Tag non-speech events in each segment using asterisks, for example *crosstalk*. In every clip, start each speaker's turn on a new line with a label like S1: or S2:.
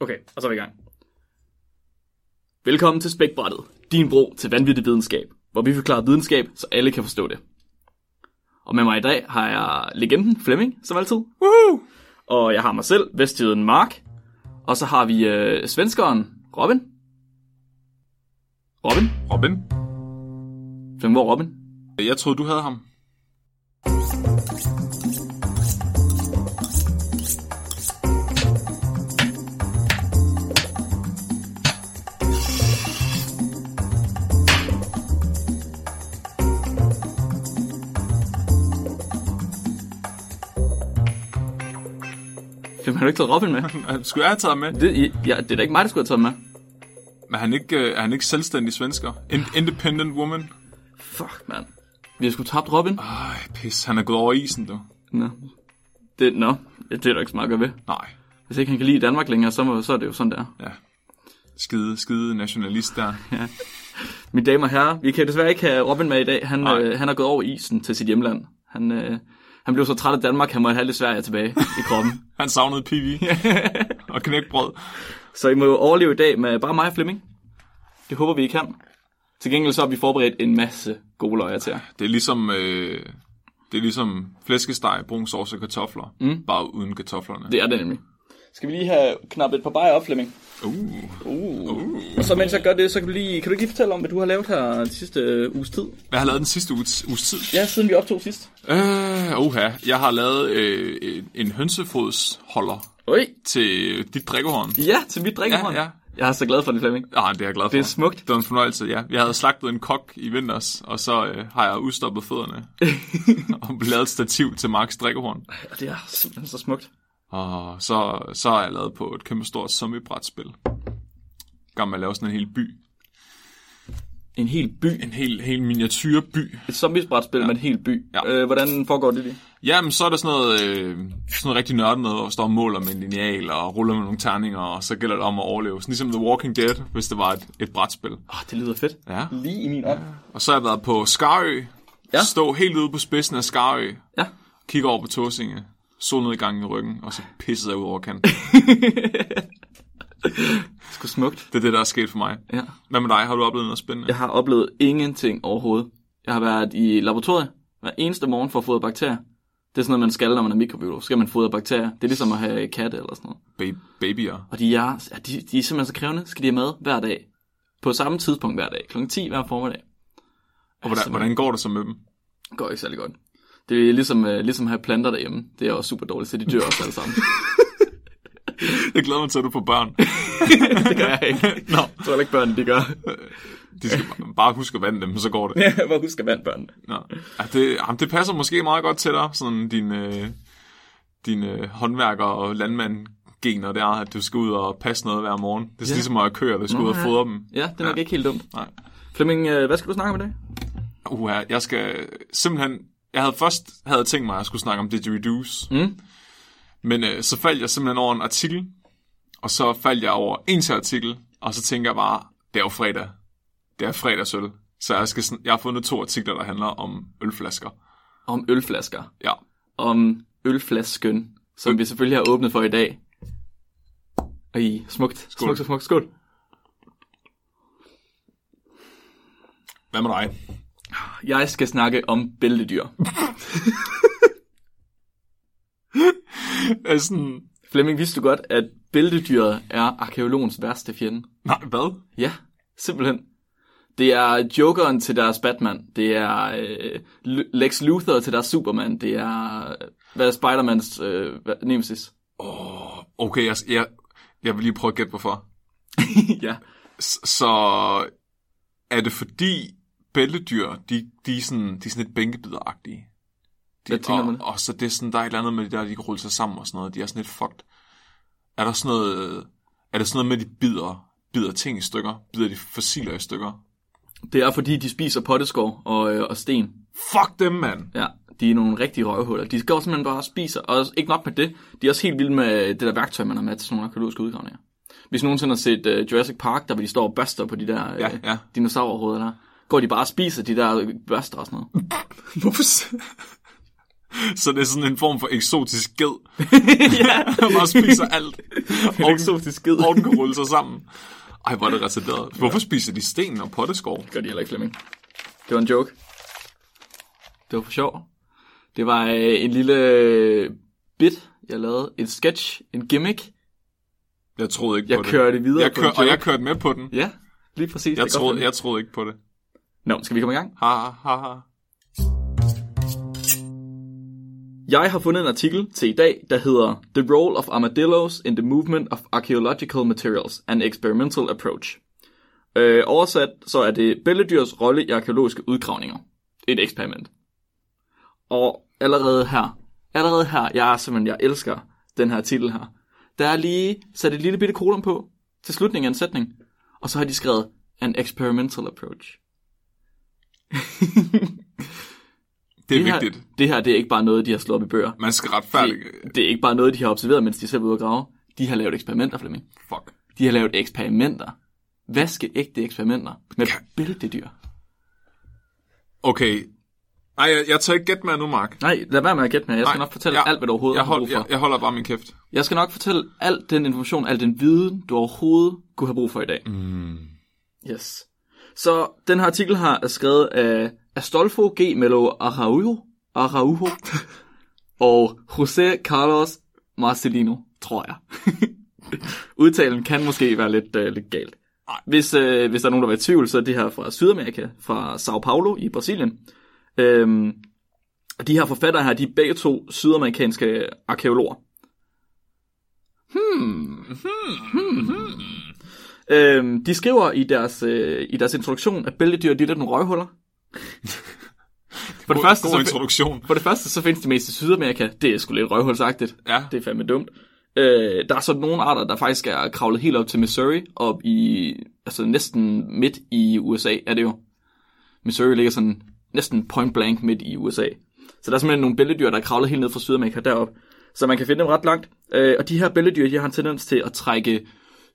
S1: Okay, og så er vi i gang. Velkommen til Spækbrættet, din bro til vanvittig videnskab, hvor vi forklarer videnskab, så alle kan forstå det. Og med mig i dag har jeg legenden Flemming, som altid. Woohoo! Og jeg har mig selv, vestjyden Mark. Og så har vi øh, svenskeren Robin. Robin?
S2: Robin?
S1: Flemming, hvor er Robin?
S2: Jeg troede, du havde ham.
S1: Flemming, har du ikke taget
S2: *laughs*
S1: Robin med?
S2: Skulle jeg have taget ham med?
S1: Det, ja, det er da ikke mig, der skulle have taget med.
S2: Men er han ikke, øh, er han ikke selvstændig svensker? In- independent woman?
S1: Fuck, mand. Vi har sgu tabt Robin.
S2: Ej, pis. Han er gået over isen, du.
S1: Nå. Det, nå. Det er der ikke så meget at gøre ved.
S2: Nej.
S1: Hvis ikke han kan lide Danmark længere, så, må, så er det jo sådan der.
S2: Ja. Skide, skide nationalist der.
S1: Mine damer og herrer, vi kan desværre ikke have Robin med i dag. Han,
S2: Nej.
S1: øh, han er gået over isen til sit hjemland. Han, øh, han blev så træt af Danmark, han måtte have lidt Sverige tilbage i *laughs* kroppen.
S2: Han savnede pivi. og knækbrød.
S1: så I må jo overleve i dag med bare mig og Flemming. Det håber vi, I kan. Til gengæld så har vi forberedt en masse gode løjer til jer.
S2: Det er ligesom... Øh, det er ligesom flæskesteg, brun sovs og kartofler. Mm. Bare uden kartoflerne.
S1: Det er det nemlig. Skal vi lige have knappet et par bajer op, Flemming?
S2: Uh.
S1: Uh. uh. Og så mens jeg gør det, så kan, vi lige, kan du ikke lige fortælle om, hvad du har lavet her de sidste øh, uges tid?
S2: Hvad har jeg lavet den sidste uges, uges tid?
S1: Ja, siden vi optog sidst.
S2: Øh, oha. Jeg har lavet øh, en- en hønsefodsholder
S1: Oj,
S2: til dit drikkehorn.
S1: Ja, til mit drikkehånd.
S2: Ja, ja.
S1: Jeg er så glad for det, Flemming.
S2: Ah, det er jeg glad for.
S1: Det er smukt.
S2: Det var en fornøjelse, ja. Jeg havde slagtet en kok i vinters, og så øh, har jeg udstoppet
S1: *laughs*
S2: fødderne og lavet et stativ til Marks drikkehorn.
S1: Og det er simpelthen så smukt.
S2: Og så, så har jeg lavet på et kæmpe stort zombiebrætspil. Gammel at lave sådan en hel by.
S1: En hel by.
S2: En hel, hel miniatyrby.
S1: Et zombiesbrætspil ja. med en hel by.
S2: Ja.
S1: Øh, hvordan foregår det lige?
S2: Jamen, så er der sådan noget, øh, sådan noget rigtig nørdet noget, hvor man står og måler med en lineal og ruller med nogle terninger, og så gælder det om at overleve. Sådan ligesom The Walking Dead, hvis det var et, et brætspil.
S1: Åh, det lyder fedt.
S2: Ja.
S1: Lige i min ånd.
S2: Og så har jeg været på Skarø.
S1: Ja.
S2: Ja. Stå helt ude på spidsen af Skarø.
S1: Ja. *laughs*
S2: Kigger over på Torsinge. Solnedgangen i ryggen, og så pissede jeg ud over kanten.
S1: Sgu smukt.
S2: Det er det, der er sket for mig.
S1: Ja.
S2: Hvad med dig? Har du oplevet noget spændende?
S1: Jeg har oplevet ingenting overhovedet. Jeg har været i laboratoriet hver eneste morgen for at fodre bakterier. Det er sådan noget, man skal, når man er mikrobiolog. Så skal man fodre bakterier. Det er ligesom at have katte eller sådan noget.
S2: Ba- babyer.
S1: Og de er, ja, de, de er simpelthen så krævende. Skal de have mad hver dag. På samme tidspunkt hver dag. Klokken 10 hver formiddag.
S2: Og
S1: Altså-
S2: hvordan, hvordan går det så med dem?
S1: går ikke særlig godt. Det er ligesom, øh, ligesom at have planter derhjemme. Det er også super dårligt, så de dør også alle sammen.
S2: Jeg glæder mig til, at du får børn.
S1: *laughs* det gør jeg ikke.
S2: Nå,
S1: Jeg tror ikke, børnene de gør.
S2: de skal bare- bare huske at vande dem, så går det.
S1: Ja, *laughs* hvor husker vand børnene?
S2: Nå. Ja, det, jamen, det passer måske meget godt til dig, sådan din, øh, din øh, håndværker og landmand gener der, at du skal ud og passe noget hver morgen. Det er ja. ligesom at køre, du skal ud og
S1: ja.
S2: fodre dem.
S1: Ja, det er nok ja. ikke helt dumt.
S2: Nej.
S1: Flemming, øh, hvad skal du snakke om i dag?
S2: Uha, jeg skal simpelthen... Jeg havde først havde jeg tænkt mig, at jeg skulle snakke om didgeridoos.
S1: Mm.
S2: Men øh, så faldt jeg simpelthen over en artikel, og så faldt jeg over en til artikel, og så tænker jeg bare, det er jo fredag. Det er fredagsøl. Så jeg, skal, sådan- jeg har fundet to artikler, der handler om ølflasker.
S1: Om ølflasker.
S2: Ja,
S1: Om ølflasken, som vi selvfølgelig har åbnet for i dag. Ej, smukt. Skål. Smukt, smukt, skål.
S2: hvad med dig?
S1: Jeg skal snakke om bæltedyr.
S2: *laughs* Jeg er sådan,
S1: Flemming, vidste du godt, at bæltedyret er arkeologens værste fjende?
S2: nej, hvad?
S1: Ja, simpelthen. Det er Jokeren til deres Batman. Det er øh, L- Lex Luthor til deres Superman. Det er, øh, hvad er Spider-Mans øh, hvad-
S2: *laughs*
S1: nemesis?
S2: Okay, jeg, jeg, jeg vil lige prøve at gætte, hvorfor.
S1: ja.
S2: S- Så er det fordi bæltedyr, de, de, er, sådan, de er sådan lidt bænkebideragtige? De,
S1: Hvad tænker
S2: og,
S1: du med det?
S2: Og så det er sådan, der er et eller andet med de der, de kan rulle sig sammen og sådan noget. De er sådan lidt fucked. Er der sådan noget, øh, er det sådan noget med, at de bider, bider ting i stykker? Bider de fossiler i stykker?
S1: Det er fordi, de spiser potteskår og, øh, og sten.
S2: Fuck dem,
S1: *laughs*
S2: mand!
S1: Ja, de er nogle rigtige røvhuller. De går simpelthen bare og spiser. Og også- ikke nok med det, de er også helt vilde med det der værktøj, man har med til sådan nogle arkeologiske udgravninger. Hvis nogen nogensinde har set øh, Jurassic Park, der hvor de står og børster på de der øh,
S2: Ja, ja. *laughs*
S1: dinosaurhoveder der, går de bare og spiser de der børster og sådan noget.
S2: Hvorfor? s- Så det er sådan en form for eksotisk ged,
S1: ja,
S2: der bare spiser alt.
S1: *laughs* en eksotisk skid.
S2: Og den kan rulle sig sammen. Ej, hvor er det retarderet. Hvorfor spiser de sten og potteskov?
S1: gør de heller ikke, Flemming. Det var en joke. Det var for sjov. Det var øh, en lille øh, bit, jeg lavede. En sketch, en gimmick.
S2: Jeg troede ikke
S1: Jeg
S2: på det.
S1: kørte videre
S2: jeg
S1: på
S2: kør,
S1: en
S2: Og
S1: joke.
S2: jeg kørte med på den.
S1: Ja, lige præcis.
S2: Jeg
S1: Det er godt,
S2: troede,
S1: Flemming.
S2: jeg troede ikke på det.
S1: Nå, skal vi komme i gang?
S2: Ha, ha, ha, ha.
S1: Jeg har fundet en artikel til i dag, der hedder The Role of Armadillos in the Movement of Archaeological Materials, an Experimental Approach. Øh, oversat så er det bælledyrs rolle i arkeologiske udgravninger. Et eksperiment. Og allerede her, allerede her, jeg er simpelthen, jeg elsker den her titel her. Der er lige sat et lille bitte kolon på til slutningen af en sætning, og så har de skrevet an experimental approach. *laughs*
S2: Det er
S1: her,
S2: vigtigt.
S1: det her, det er ikke bare noget, de har slået op i bøger.
S2: Man skal
S1: det,
S2: retfærdige.
S1: det er ikke bare noget, de har observeret, mens de selv var ude at grave. De har lavet eksperimenter, Flemming.
S2: Fuck.
S1: De har lavet eksperimenter. Vaskeægte eksperimenter med bæltedyr.
S2: Okay. Ej, jeg, jeg tager ikke gæt med nu, Mark.
S1: Nej, lad være med at gætte med. Jeg skal
S2: Nej,
S1: nok fortælle alt, hvad du overhovedet
S2: jeg
S1: har brug
S2: hold,
S1: for.
S2: jeg, jeg holder bare min kæft.
S1: Jeg skal nok fortælle al den information, al den viden, du overhovedet kunne have brug for i dag. Mm. Yes. Så den her artikel her er skrevet af Astolfo G. Melo Araujo, *laughs* Araujo og José Carlos Marcelino, tror jeg. *laughs* Udtalen kan måske være lidt, øh, lidt galt.
S2: Nej.
S1: Hvis, øh, hvis der er nogen, der var i tvivl, så er det her fra Sydamerika, fra Sao Paulo i Brasilien. Øhm, og de her forfattere her, de er begge to sydamerikanske arkeologer. Hmm, Øhm, de skriver i deres, øh, i deres introduktion, at bæltedyr de er lidt nogle
S2: *laughs*
S1: røvhuller. for, det
S2: God-
S1: første,
S2: God
S1: så,
S2: introduktion.
S1: for det første, så findes de mest i Sydamerika. Det er sgu lidt røvhulsagtigt.
S2: Ja.
S1: Det er fandme dumt. Øh, der er sådan nogle arter, der faktisk er kravlet helt op til Missouri, op i, altså næsten midt i USA, er det jo. Missouri ligger sådan næsten point blank midt i USA. Så der er simpelthen nogle bæltedyr, der er kravlet helt ned fra Sydamerika derop. Så man kan finde dem ret langt. Øh, og de her bæltedyr, de har en tendens til at trække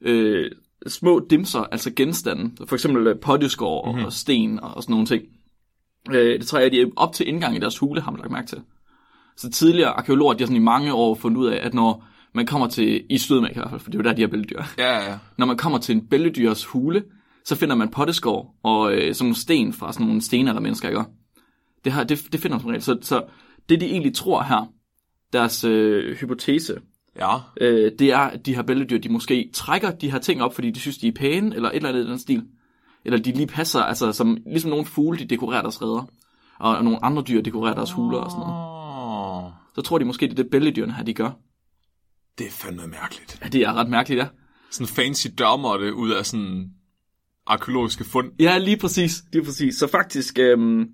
S1: øh, små dimser, altså genstande. For eksempel øh, potteskår mm-hmm. og sten og, og sådan nogle ting. Øh, det trækker de op til indgangen i deres hule, har man lagt mærke til. Så tidligere arkeologer, de har sådan i mange år fundet ud af, at når man kommer til, i Sydamerika i hvert fald, for det er jo der, de har bæltedyr.
S2: Ja, ja, ja.
S1: Når man kommer til en bæltedyrs hule, så finder man potteskår og øh, sådan nogle sten fra sådan nogle stenaldermennesker, ikke? Det, her, det, det finder man som regel. Så, så det, de egentlig tror her, deres øh, hypotese,
S2: Ja.
S1: øh, det er, at de her bæltedyr, de måske trækker de her ting op, fordi de synes, de er pæne, eller et eller andet i den stil. Eller de lige passer, altså som, ligesom nogle fugle, de dekorerer deres redder. Og, og nogle andre dyr dekorerer deres huler og sådan noget.
S2: Åh,
S1: Så tror de måske, det er det bæltedyrene her, de gør.
S2: det er fandme mærkeligt.
S1: Ja, det er ret mærkeligt, ja.
S2: Sådan fancy dommer det ud af sådan arkeologiske fund.
S1: Ja, lige præcis. Lige præcis. Så faktisk, øhm,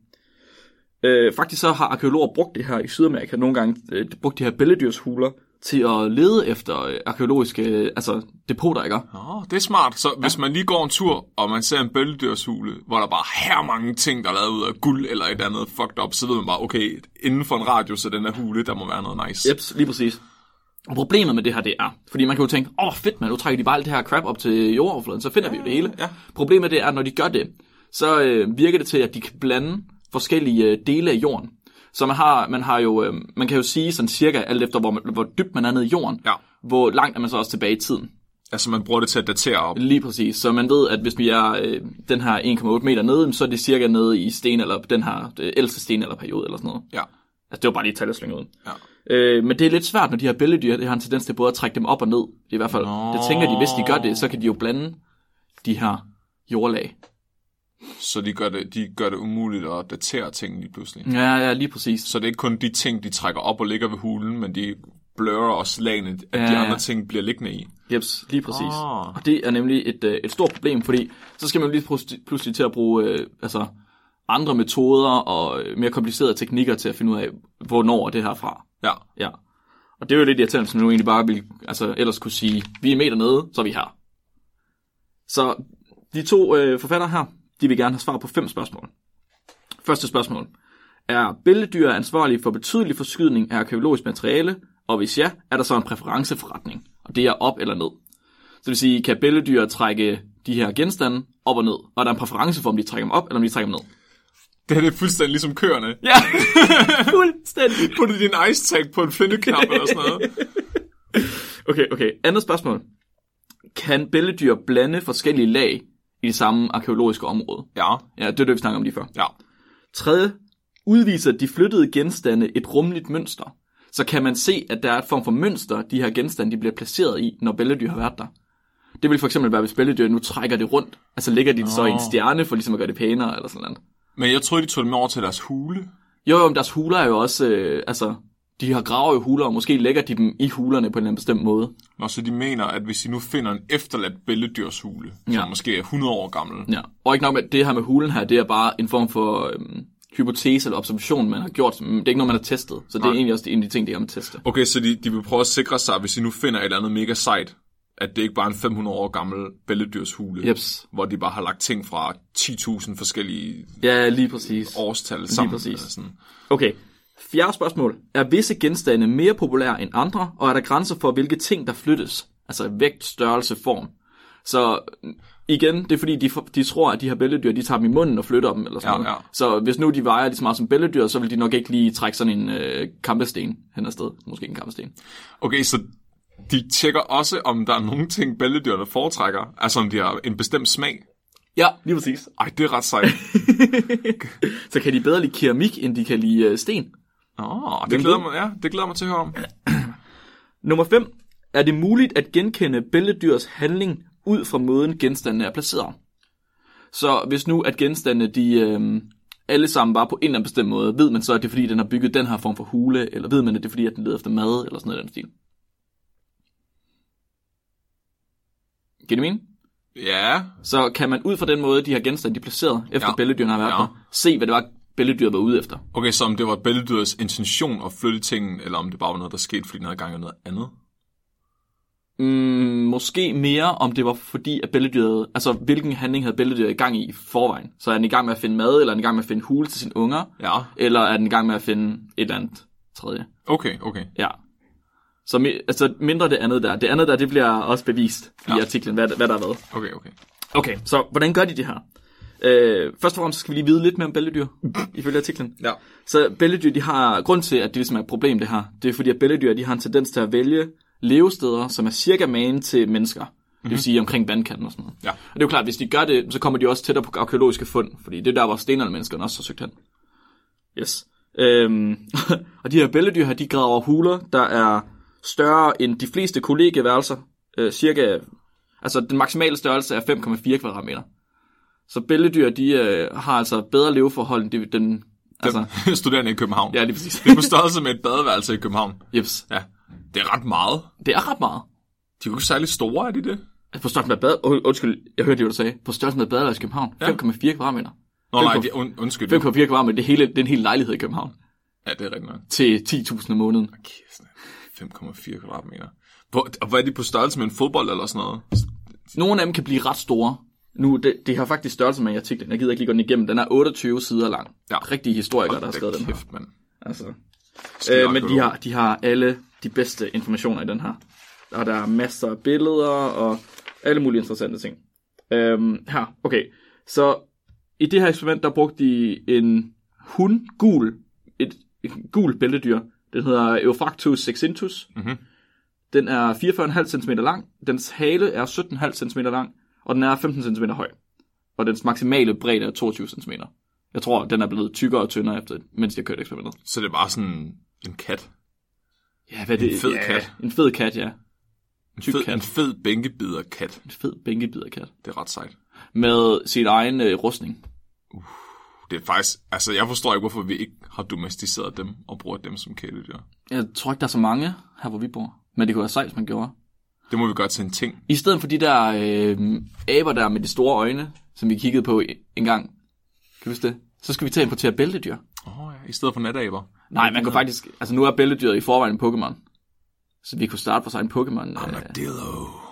S1: øh, faktisk så har arkeologer brugt det her i Sydamerika nogle gange, øh, brugt de her bælledyrshuler til at lede efter øh, arkeologiske øh, altså, depoter, ikke?
S2: Åh, det er smart. Så hvis man lige går en tur, og man ser en bølgedørshule, hvor der bare her mange ting, der er lavet ud af guld eller et andet fucked up, så ved man bare, okay, inden for en radius af den her hule, der må være noget nice.
S1: Jeps, lige præcis. Og problemet med det her, det er, fordi man kan jo tænke, åh oh, fedt mand, nu trækker de bare alt det her crap op til jordoverfladen, så finder ja, vi jo det hele.
S2: ja.
S1: Problemet det er, at når de gør det, så øh, virker det til, at de kan blande forskellige øh, dele af jorden. Så man har, man har jo, øh, man kan jo sige sådan cirka, alt efter hvor, man, hvor dybt man er nede i jorden,
S2: Ja.
S1: hvor langt er man så også tilbage i tiden.
S2: Altså, man bruger det til at datere op.
S1: Lige præcis. Så man ved, at hvis vi er øh, den her 1,8 meter nede, så er det cirka nede i sten, eller den her øh, ældste sten eller periode eller sådan noget.
S2: Ja.
S1: Altså, det var bare lige et tal, jeg slyngede ud.
S2: Ja.
S1: Øh, men det er lidt svært, når de her bæltedyr, det har en tendens til både at trække dem op og ned. Det er i hvert fald,
S2: Nå.
S1: det tænker de, hvis de gør det, så kan de jo blande de her jordlag.
S2: Så de gør, det, de gør det umuligt at datere ting lige pludselig.
S1: Ja, ja, lige præcis.
S2: Så det er ikke kun de ting, de trækker op og ligger ved hulen, men de blører også lagene, at
S1: Ja,
S2: de
S1: ja.
S2: andre ting bliver liggende i.
S1: Jeps, lige præcis.
S2: Åh.
S1: Og det er nemlig et, øh, et stort problem, fordi så skal man jo lige pludselig- pludselig til at bruge øh, altså, andre metoder og øh, mere komplicerede teknikker til at finde ud af, hvornår er det her fra.
S2: Ja.
S1: Ja. Og det er jo lidt irriterende, som nu egentlig bare ville, altså ellers kunne sige, vi er en meter nede, så er vi her. Så de to øh, forfattere her, de vil gerne have svar på fem spørgsmål. Første spørgsmål. Er bæltedyr ansvarlige for betydelig forskydning af arkeologisk materiale? Og hvis ja, er der så en præferenceforretning? Og det er op eller ned. Så det vil sige, kan bæltedyr trække de her genstande op og ned? Og er der en præference for, om de trækker dem op, eller om de trækker dem ned?
S2: Det her det er fuldstændig ligesom køerne.
S1: Ja, *laughs* fuldstændig.
S2: Putte din ice tag på en flinteknap eller sådan
S1: *laughs*
S2: noget.
S1: Okay, okay. Andet spørgsmål. Kan bælledyr blande forskellige lag i det samme arkeologiske område?
S2: Ja,
S1: Ja, det er det, vi snakker om lige før.
S2: ja.
S1: Tredje, udviser de flyttede genstande et rumligt mønster. Så kan man se, at der er et form for mønster, de her genstande de bliver placeret i, når bælledyr har været der. Det vil for eksempel være, hvis bælledyr nu trækker det rundt. Altså ligger de det så i en stjerne for ligesom at gøre det pænere eller sådan noget.
S2: Men jeg troede, de tog dem med over til deres hule.
S1: Jo, jo, men deres huler er jo også... Øh, altså, de har graver jo huler, og måske lægger de dem i hulerne på en eller anden bestemt måde.
S2: Når så de mener, at hvis de nu finder en efterladt bælledyrshule, ja.
S1: Ja.
S2: som måske er 100 år gammel,
S1: Ja. Og ikke nok med, at det her med hulen her, det er bare en form for øhm, hypotese eller observation, man har gjort. Men Det er ikke noget, man har testet. Så det er egentlig også en af de ting, det er om at teste.
S2: Okay, så de, de vil prøve at sikre sig, hvis de nu finder et eller andet mega sejt, at det ikke bare er en 500 år gammel bælledyrshule,
S1: Jeps.
S2: hvor de bare har lagt ting fra 10.000 forskellige
S1: Ja, lige præcis.
S2: årstal sammen.
S1: præcis.
S2: eller Sådan.
S1: Okay. Fjerde spørgsmål. Er visse genstande mere populære end andre, og er der grænser for, hvilke ting, der flyttes? Altså vægt, størrelse, form. Så igen, det er fordi, de, de tror, at de her bælledyr, de tager dem i munden og flytter dem. Eller sådan
S2: Ja,
S1: noget.
S2: ja.
S1: Så hvis nu de vejer lige så meget som bælledyr, så vil de nok ikke lige trække sådan en øh, kampesten hen afsted. Måske ikke en kampesten.
S2: Okay, så de tjekker også, om der er nogle ting, bælledyrene foretrækker. Altså om de har en bestemt smag.
S1: Ja, lige præcis.
S2: Ej, det er ret
S1: *laughs*
S2: sejt.
S1: Så kan de bedre lide keramik, end de kan lide øh, sten.
S2: Åh, det, glæder mig, ja, det glæder mig til at høre om.
S1: Nummer 5. Er det muligt at genkende bælledyrs handling ud fra måden genstandene er placeret? Så hvis nu at genstandene de øh, alle sammen var på en eller anden bestemt måde, ved man så, at det er fordi, den har bygget den her form for hule, eller ved man, at det er fordi, at den leder efter mad, eller sådan noget i den stil? Giver det mening?
S2: Ja,
S1: Så kan man ud fra den måde, de her genstande de er placeret, efter
S2: Ja.
S1: ja. bælledyrene har været
S2: Ja.
S1: ja. der, se, hvad det var, bælledyret var ude efter.
S2: okay, så om det var bælledyrets intention at flytte tingen, eller om det bare var noget, der skete, fordi den havde gang i noget andet.
S1: Mm, måske mere, om det var fordi, at bælledyret, altså hvilken handling havde bælledyret i gang i i forvejen. Så er den i gang med at finde mad, eller er den i gang med at finde hule til sine unger,
S2: Ja,
S1: eller er den i gang med at finde et eller andet tredje.
S2: okay, okay.
S1: Ja. Så mi- altså, mindre det andet der. Det andet der, det bliver også bevist ja.
S2: Ja.
S1: i artiklen, hvad, hvad der er været.
S2: Okay, okay.
S1: Okay, så hvordan gør de det her? Øh, først og fremmest skal vi lige vide lidt mere om bælledyr, ifølge artiklen.
S2: Ja.
S1: Så bælledyr, de har, grund til, at det ligesom er et problem, det her, det er fordi, at bælledyr, de har en tendens til at vælge levesteder, som er cirka magen til mennesker. Det vil sige omkring vandkanten og sådan noget.
S2: Ja.
S1: Og det er jo klart, at hvis de gør det, så kommer de også tættere på arkeologiske fund, fordi det er der, hvor stenaldermenneskerne også har søgt hen. Yes. Øhm, *laughs* og de her bælledyr her, de graver huler, der er større end de fleste kollegeværelser. Øh, cirka, altså den maksimale størrelse er 5,4 kvadratmeter. Så bælledyr, de øh, har altså bedre leveforhold end de, den... Altså,
S2: Altså. *laughs* Studerende i København.
S1: ja, lige præcis.
S2: Det er på størrelse med et badeværelse i København.
S1: Jeps.
S2: Ja, det er ret meget.
S1: Det er ret meget.
S2: De er jo ikke særlig store, er de det?
S1: Altså på størrelse med bad... Oh, undskyld, jeg hørte det, du sagde. På størrelse med et badeværelse i København. Ja. 5,4 kvadratmeter.
S2: Nå nej,
S1: kom-
S2: de, und, undskyld.
S1: 5,4 kvadratmeter, det er, hele, det er en hel lejlighed i København.
S2: Ja, det er rigtigt nok.
S1: Til 10.000 om måneden.
S2: Kæft, sådan er 5,4 kvadratmeter. Hvor, og hvad er de på størrelse med en fodbold eller sådan noget?
S1: Nogle af dem kan blive ret store. Nu, det, det har faktisk størrelse med i artiklen. Jeg gider ikke lige gå den igennem. Den er 28 sider lang.
S2: Ja.
S1: Rigtige historikere, der har
S2: Da
S1: skrevet den her.
S2: kæft, mand.
S1: Altså.
S2: Skide
S1: Øh, men de
S2: arkeolog.
S1: har, de har alle de bedste informationer i den her. Og der er masser af billeder og alle mulige interessante ting. Øhm, her, okay. Så i det her eksperiment, der brugte de en hund, gul, et, et gul bæltedyr. Den hedder Euphractus sexintus.
S2: Mhm.
S1: Den er 44,5 cm lang, dens hale er 17,5 cm lang, og den er 15 cm høj. Og dens maksimale bredde er 22 cm. Jeg tror, den er blevet tykkere og tyndere, efter, mens jeg kørte eksperimentet.
S2: Så det er bare sådan en kat.
S1: Ja, hvad er det?
S2: En fed
S1: ja,
S2: kat.
S1: En fed kat, ja.
S2: En
S1: Tyk
S2: fed,
S1: kat.
S2: en fed bænkebider kat.
S1: En fed bænkebiderkat.
S2: Det er ret sejt.
S1: Med sin egen øh, rustning.
S2: Det er faktisk, altså jeg forstår ikke, hvorfor vi ikke har domesticeret dem og bruger dem som kæledyr.
S1: Jeg tror ikke, der er så mange her, hvor vi bor. Men det kunne være sejt, hvis man gjorde.
S2: Det må vi gøre til en ting.
S1: I stedet for de der øh, aber der med de store øjne, som vi kiggede på i- en gang. Kan du huske det? Så skal vi til at importere bæltedyr.
S2: Åh oh, ja, i stedet for nataber.
S1: Nej, man kan faktisk... Altså, nu er bæltedyret i forvejen en Pokémon. Så vi kunne starte vores egen Pokémon. Øh,
S2: Armadillo.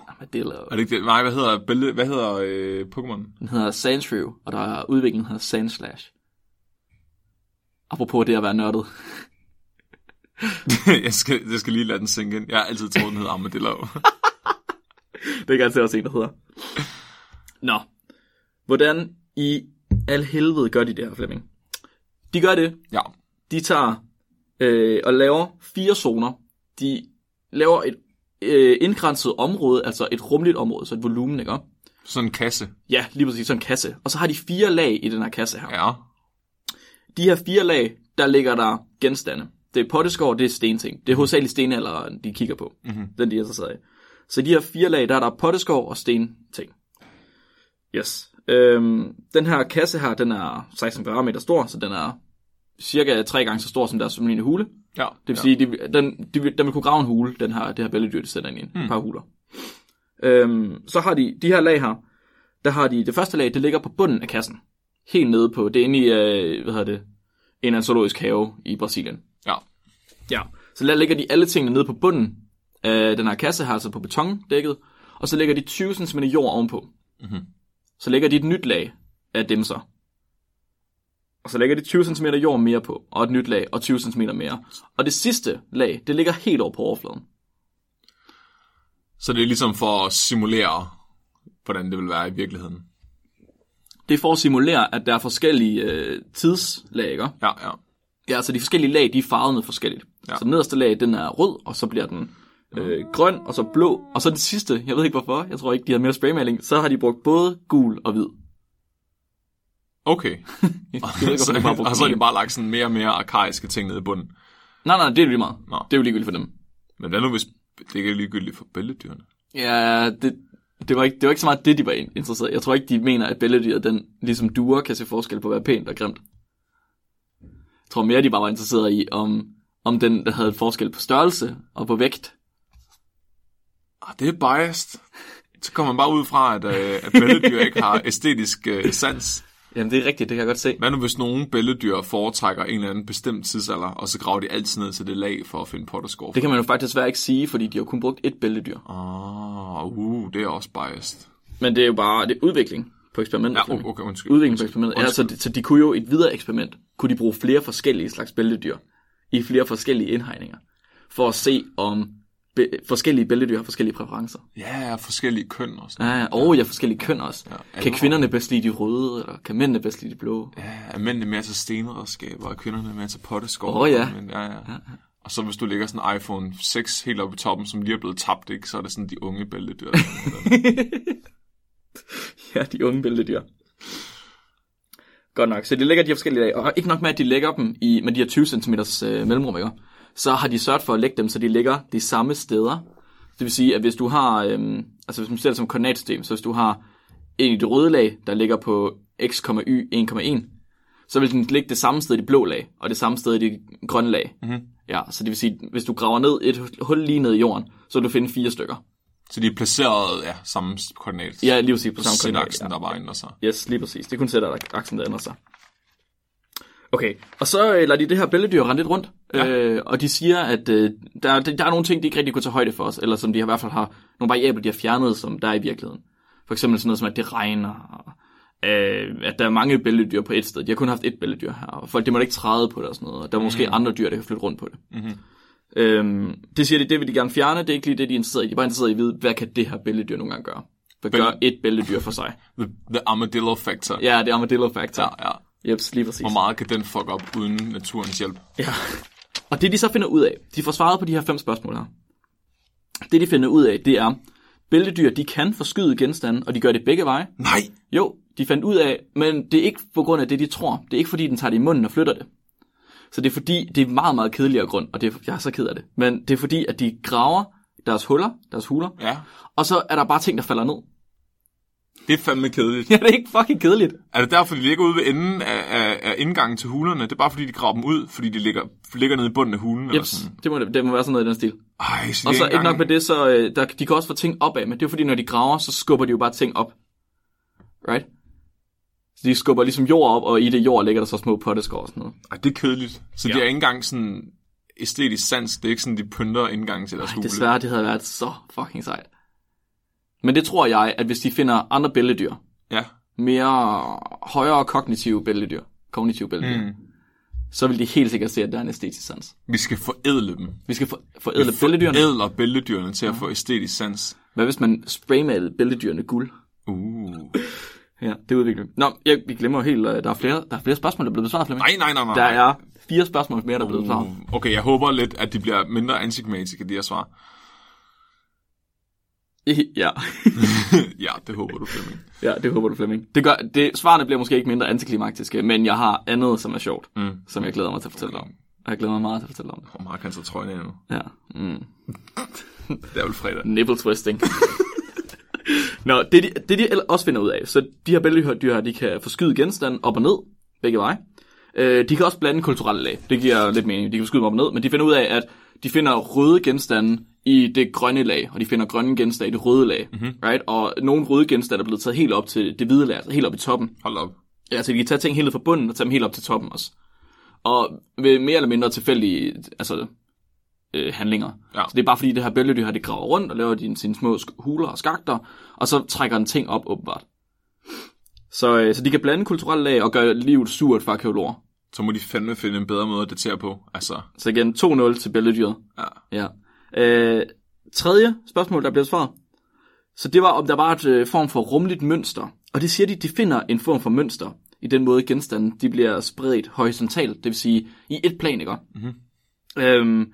S1: Armadillo.
S2: Er det ikke det? Nej, hvad hedder, billede, hvad hedder øh, Pokémon? *laughs*
S1: Den hedder Sandshrew, og der er udviklingen hedder Sandslash. Apropos det at være nørdet.
S2: jeg, skal, jeg skal lige lade den sænke ind. Jeg har altid troet, den hedder Armadillo. *laughs*
S1: Det kan jeg også en, der hedder. Nå. Hvordan i al helvede gør de det her, Flemming? De gør det.
S2: Ja.
S1: De tager øh, og laver fire zoner. De laver et øh, indgrænset område, altså et rumligt område, så et volumen, ikke?
S2: Sådan en kasse.
S1: Ja, lige præcis, sådan en kasse. Og så har de fire lag i den her kasse her.
S2: Ja.
S1: De her fire lag, der ligger der genstande. Det er potteskår, det er stenting. Det er hovedsageligt stenalderen, de kigger på. Mm-hmm. Den, de er interesseret i. Så i de her fire lag, der er der potteskår og stenting. Yes. Øhm, den her kasse her, den er 16 kvadratmeter stor, så den er cirka tre gange så stor som deres sammenlignende hule. Det
S2: Ja.
S1: vil ja. sige, de, den, de, vil- den vil kunne grave en hule, den her, det her bælledyr, de sætter ind i en mm. par huler. Øhm, så har de de her lag her, der har de, det første lag, det ligger på bunden af kassen. Helt nede på, det er inde i, øh, hvad hedder det, en eller anden zoologisk have i Brasilien.
S2: Ja.
S1: Ja. Så der lægger de alle tingene nede på bunden af den her kasse her, altså på betondækket, og så lægger de 20 cm jord ovenpå. Mm-hmm. Så lægger de et nyt lag af dem så. Og så lægger de 20 cm jord mere på, og et nyt lag, og 20 cm mere. Og det sidste lag, det ligger helt over på overfladen.
S2: Så det er ligesom for at simulere, hvordan det vil være i virkeligheden.
S1: Det er for at simulere, at der er forskellige øh, tidslag, ikke?
S2: Ja, ja.
S1: Ja, altså de forskellige lag, de er farvet med forskelligt. Ja.
S2: Ja.
S1: Så den nederste lag, den er rød, og så bliver den øh, grøn, og så blå. Og så den sidste, jeg ved ikke hvorfor, jeg tror ikke, de har mere spraymaling, så har de brugt både gul og hvid.
S2: Okay.
S1: *laughs* Jeg
S2: Og
S1: ved ikke, hvorfor de bare har
S2: *laughs* så,
S1: brugt
S2: og så er
S1: en.
S2: de bare lagt sådan mere og mere arkaiske ting ned i bunden.
S1: Nej, nej, det er jo lige meget.
S2: Nå.
S1: Det er jo ligegyldigt for dem.
S2: Men hvad nu, hvis det ikke er ligegyldigt for bælledyrene?
S1: Ja, det, det, var ikke, det var ikke så meget det, de var in- interesseret i. Jeg tror ikke, de mener, at bælledyret, den ligesom duer, kan se forskel på at være pænt og grimt. Jeg tror mere, de bare var interesseret i, om, om den der havde et forskel på størrelse og på vægt.
S2: Ah, det er biased. Så kommer man bare ud fra, at, øh, at bælledyr ikke har æstetisk øh, sans.
S1: Jamen, det er rigtigt, det kan jeg godt se.
S2: Hvad nu, hvis nogen bælledyr foretrækker en eller anden bestemt tidsalder, og så graver de altid ned til det lag for at finde potterskår?
S1: Det kan man jo faktisk desværre ikke sige, fordi de har kun brugt et bæltedyr.
S2: Ah, uh, det er også biased.
S1: Men det er jo bare det er udvikling på eksperimentet.
S2: Ja,
S1: Flemming.
S2: okay, undskyld.
S1: Udvikling på eksperimentet. Ja, så,
S2: Undskyld.
S1: de, så de kunne jo i et videre eksperiment, kunne de bruge flere forskellige slags bæltedyr i flere forskellige indhegninger, for at se om be, forskellige bæltedyr har forskellige præferencer.
S2: Ja, ja, forskellige køn og sådan.
S1: Ja, og jeg har forskellige køn også. Ja,
S2: alle
S1: kan
S2: har-
S1: kvinderne bedst lide de røde, eller kan mændene bedst lide de blå?
S2: Ja, er mændene mere til stenredskaber, og kvinderne mere til potteskår.
S1: Åh, ja.
S2: Men, ja, ja. Og så hvis du lægger sådan en iPhone 6 helt oppe i toppen, som lige er blevet tabt, ikke, så er det sådan de unge bæltedyr. der er
S1: *laughs*
S2: med der.
S1: Ja, de unge bæltedyr. Godt nok. Så de lægger de her forskellige lag. Og ikke nok med, at de lægger dem i, med de her 20 cm øh, mellemrum, ikke? så har de sørget for at lægge dem, så de ligger de samme steder. Det vil sige, at hvis du har, øhm, altså hvis man ser det som et koordinatsystem, så hvis du har en i det røde lag, der ligger på x, y, 1,1, så vil den ligge det samme sted i det blå lag, og det samme sted i det grønne lag. Mm-hmm. Ja, så det vil sige, hvis du graver ned et hul lige ned i jorden, så vil du finde fire stykker.
S2: så de er placeret ja, samme koordinat.
S1: Ja, lige præcis på samme
S2: Sæt
S1: koordinat,
S2: aksen, der bare ændrer sig.
S1: Yes, lige præcis. Det kun sætter at aksen, der ændrer sig. Okay, og så øh, lader de det her bælledyr rende lidt rundt, ja. øh, og de siger, at øh, der, der er nogle ting, de ikke rigtig kunne tage højde for os, eller som de i hvert fald har, nogle variabler, de har fjernet, som der er i virkeligheden. For eksempel sådan noget som, at det regner, og, øh, at der er mange bælledyr på et sted. De har kun haft et bælledyr her, og folk, de må da ikke træde på det og sådan noget, og der er måske andre dyr, der kan flytte rundt på det. Øhm, det siger de, det vil de gerne fjerne, det er ikke lige det, de er interesseret i. De er bare interesseret i at vide, hvad kan det her bælledyr nogle gange gøre? Hvad gør
S2: Bælle-
S1: et bælledyr for sig?
S2: The, the armadillo factor.
S1: Ja, det er Armadillo Factor.
S2: ja, ja.
S1: Jeps, lige præcis.
S2: Hvor meget kan den fuck op uden naturens hjælp?
S1: Ja. Og det de så finder ud af, de får svaret på de her fem spørgsmål her. Det de finder ud af, det er, bæltedyr, de kan forskyde genstanden, og de gør det begge veje.
S2: Nej!
S1: Jo, de fandt ud af, men det er ikke på grund af det, de tror. Det er ikke fordi, den tager det i munden og flytter det. Så det er fordi, det er meget, meget kedeligere grund, og det er, jeg er så ked af det. Men det er fordi, at de graver deres huller, deres huler,
S2: Ja,
S1: og så er der bare ting, der falder ned. *laughs*
S2: det er fandme kedeligt.
S1: Ja, det er ikke fucking kedeligt.
S2: Er det derfor, de ligger ude ved enden af, af, af indgangen til hulerne? Det er bare fordi, de graver dem ud, fordi de ligger, ligger nede i bunden af hulen? Eller
S1: Jeps,
S2: sådan.
S1: det må, det må være sådan noget i den stil.
S2: Ej, så de
S1: Og så
S2: engang-
S1: ikke nok med det, så øh, der, de kan også få ting op af, men det er jo fordi, når de graver, så skubber de jo bare ting op. Right? Så de skubber ligesom jord op, og i det jord ligger der så små potteskår og sådan noget.
S2: Ej, det er kedeligt. Så
S1: Ja.
S2: ja. det er ikke engang sådan æstetisk sans. Det er ikke sådan, de pynter indgangen til deres
S1: Ej,
S2: hule.
S1: desværre, det havde været så fucking sejt. Men det tror jeg, at hvis de finder andre bæltedyr,
S2: Ja.
S1: mere højere kognitive bæltedyr, kognitive bæltedyr, mm. så vil de helt sikkert se, at der er en æstetisk sans.
S2: Vi skal forædle dem.
S1: Vi skal for, forædle bæltedyrene.
S2: Forædler bælledyrene til at få æstetisk sans.
S1: Hvad hvis man spraymalede bæltedyrene guld?
S2: Uh.
S1: Ja, det er udvikling. Nå, jeg, vi glemmer helt, øh, der er, flere, der er flere spørgsmål, der er blevet besvaret, Flemming.
S2: Nej, nej, nej, nej.
S1: Der er fire spørgsmål mere, der er blevet besvaret.
S2: Uh, Okay, jeg håber lidt, at de bliver mindre ansigtmatiske, de her
S1: *laughs*
S2: svar.
S1: Mm. Ja. *laughs*
S2: ja, det håber du, Flemming.
S1: ja, det håber du, Flemming. Det gør, det, svarene bliver måske ikke mindre antiklimaktiske, men jeg har andet, som er sjovt,
S2: Mm.
S1: som jeg glæder mig til at fortælle om. Og jeg glæder mig meget til at fortælle om det.
S2: Og Mark, han tager trøjen af nu.
S1: Ja. Mm.
S2: Det er vel fredag.
S1: Nipple twisting. Nå, det de, det de ellers også finder ud af, så de her bælgedyr her, de kan forskyde genstanden op og ned, begge veje. Øh, de kan også blande kulturelle lag. Det giver lidt mening. De kan forskyde dem op og ned, men de finder ud af, at de finder røde genstande i det grønne lag, og de finder grønne genstande i det røde lag. Mm-hmm. Right? Og nogle røde genstande er blevet taget helt op til det hvide lag, altså helt op i toppen.
S2: Hold op.
S1: Ja, så de kan tage ting helt ud fra bunden og tage dem helt op til toppen også. Og ved mere eller mindre tilfældige altså, øh, handlinger.
S2: Ja.
S1: Så det er bare fordi, det her bælgedyr her, det graver rundt og laver dine, sine små sk- huler og skakter, og så trækker den ting op åbenbart. Så, øh, så de kan blande kulturelle lag og gøre livet surt for arkeologer.
S2: Så må de fandme finde en bedre måde at datere på. Altså,
S1: Så igen, 2-0 til bælgedyret.
S2: ja.
S1: Ja. Øh, tredje spørgsmål, der bliver svaret. Så det var, om der var et øh, form for rumligt mønster. Og det siger de, de finder en form for mønster. I den måde genstanden, de bliver spredt horisontalt, det vil sige i et plan, ikke? Mm-hmm.
S2: Mhm.
S1: Øhm,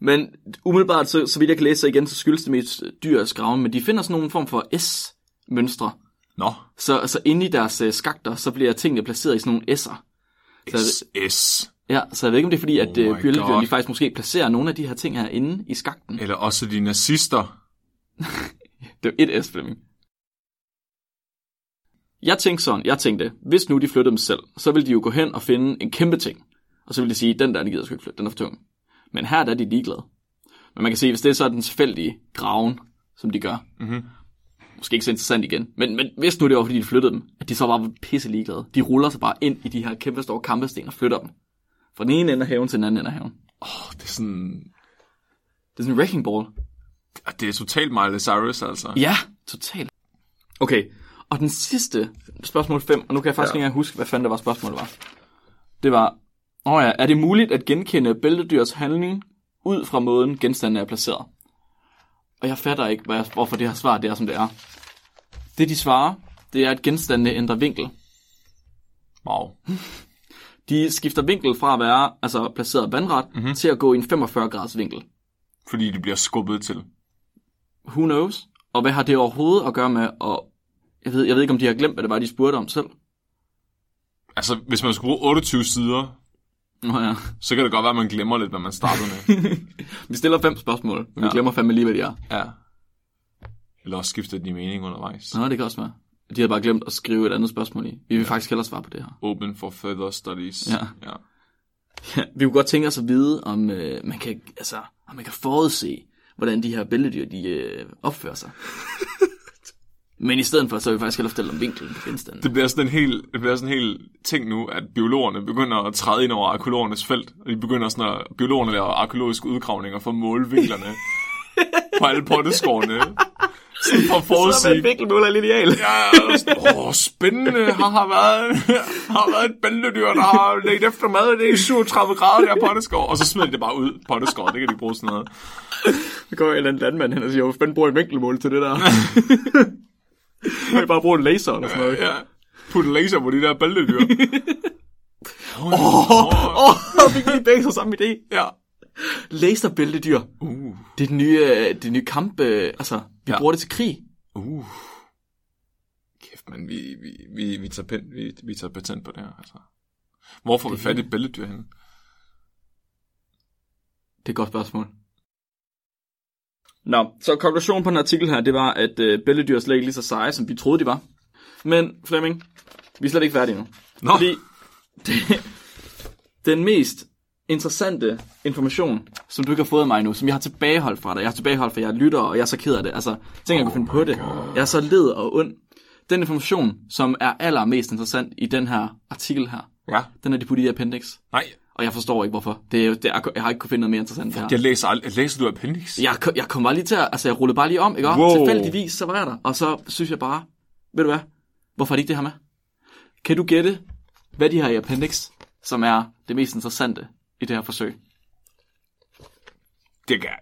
S1: men umiddelbart, så, så vidt jeg kan læse så igen, så skyldes det mest øh, dyr skraven, men de finder sådan nogle form for S-mønstre.
S2: Nå,
S1: Så, så inde i deres øh, skakter, så bliver tingene placeret i sådan nogle S'er. Så,
S2: SS.
S1: ja, så jeg ved ikke, om det er fordi, at
S2: Oh
S1: øh,
S2: my
S1: byrledyrene,
S2: God.
S1: de faktisk måske placerer nogle af de her ting her inde i skakten.
S2: Eller også de nazister.
S1: Det var et S, Flemming. Jeg tænkte sådan, jeg tænkte, hvis nu de flyttede dem selv, så ville de jo gå hen og finde en kæmpe ting. Og så ville de sige, den der, den gider jeg sgu ikke flytte, den er for tung. Men her der er de ligeglade. Men man kan se, hvis det er så den tilfældige graven, som de gør. Mm-hmm. Måske ikke så interessant igen. Men, men hvis nu det var, fordi de flyttede dem, at de så bare var pisse ligeglade. De ruller sig bare ind i de her kæmpe store kampesten og flytter dem. Fra den ene ende af haven til den anden ende af haven.
S2: Åh, oh, det er sådan...
S1: Det er sådan en wrecking ball.
S2: Det er totalt Miley Cyrus, altså.
S1: Ja, totalt. Okay, og den sidste, spørgsmål 5, og nu kan jeg faktisk ja.
S2: Ja.
S1: ikke engang huske, hvad fanden der var spørgsmålet var. Det var, åh ja, er det muligt at genkende bæltedyrs handling ud fra måden genstanden er placeret? Og jeg fatter ikke, hvad jeg, hvorfor det her svar det er, som det er. Det de svarer, det er, at genstandene ændrer vinkel.
S2: Wow.
S1: De skifter vinkel fra at være altså placeret vandret mm-hmm. til at gå i en 45 graders vinkel.
S2: Fordi de bliver skubbet til.
S1: Who knows? Og hvad har det overhovedet at gøre med at... Jeg ved, jeg ved ikke, om de har glemt, hvad det var, de spurgte om selv.
S2: Altså, hvis man skulle bruge 28 sider,
S1: Nå ja.
S2: så kan det godt være, at man glemmer lidt, hvad man startede
S1: *laughs*
S2: med.
S1: Vi stiller fem spørgsmål, men ja. vi
S2: Ja.
S1: glemmer fandme lige, hvad de er.
S2: ja. Eller også skifter de mening undervejs.
S1: Nå, det kan også være. De havde bare glemt at skrive et andet spørgsmål i. Vi vil ja. faktisk hellere svare på det her.
S2: Open for further studies.
S1: Ja.
S2: ja.
S1: Ja, vi kunne godt tænke os at vide, om, øh, man, kan, altså, om man kan forudse, hvordan de her bælgedyr de, øh, opfører *laughs* sig. men i stedet for, så vil vi faktisk hellere fortælle om vinklen på genstanden.
S2: Det bliver sådan en helt, det bliver sådan en helt ting nu, at biologerne begynder at træde ind over arkeologernes felt, og de begynder sådan at, biologerne laver arkeologiske udgravninger for at måle vinklerne på alle potteskårene. Sådan for at forudsige,
S1: vinkelmåler lineal.
S2: ja, sådan, åh, spændende, har, har været, har været et bæltedyr, der har lægt efter mad, det er 37 grader der potteskår, og så smider de det bare ud, potteskår, det kan de bruge sådan noget.
S1: Så går en eller anden landmand hen og siger, hvor fanden bruger en vinkelmål til det *laughs* der? Kan I bare bruge en laser eller sådan noget?
S2: Ja, put en laser på de der bæltedyr.
S1: Åh, oh, vi kan lige begge så samme idé.
S2: Ja.
S1: Laserbæltedyr.
S2: Uh,
S1: Det er den nye, øh, det nye kamp, øh, altså, vi ja.
S2: Ja.
S1: bruger det til krig.
S2: Uh. Kæft, man. Vi, vi, vi, vi, tager, pen, vi, vi tager patent på det her, altså. Hvor får vi fat i et bæltedyr henne?
S1: Det er et godt spørgsmål. Nå, så konklusionen på den artikel her, det var, at øh, bæltedyr er slet ikke lige så seje, som vi troede, de var. Men, Flemming, vi er slet ikke færdige nu.
S2: Nå,
S1: Fordi det, *laughs* den mest interessante information, som du ikke har fået af mig nu, som jeg har tilbageholdt fra dig, jeg har tilbageholdt fra jer lytter, og jeg er så ked af det, altså, tænk, jeg kunne finde på det. Jeg er så led og ond. Den information, som er allermest interessant i den her artikel her,
S2: ja.
S1: den er de puttet i appendix.
S2: Nej,
S1: Og jeg forstår ikke, hvorfor. Det, er jo- det, er- jeg har ikke kunnet finde noget mere interessant end det
S2: jeg
S1: her.
S2: læser aldrig. Læser du appendix?
S1: Jeg, kom- jeg kom bare lige til at, altså jeg rullede bare lige om, ikke? Wow.
S2: Wow.
S1: Tilfældigvis, så var jeg der. Og så synes jeg bare, ved du hvad, hvorfor er det ikke det her med? Kan du gætte, hvad de har i appendix, som er det mest interessante i det her forsøg?
S2: Det kan jeg.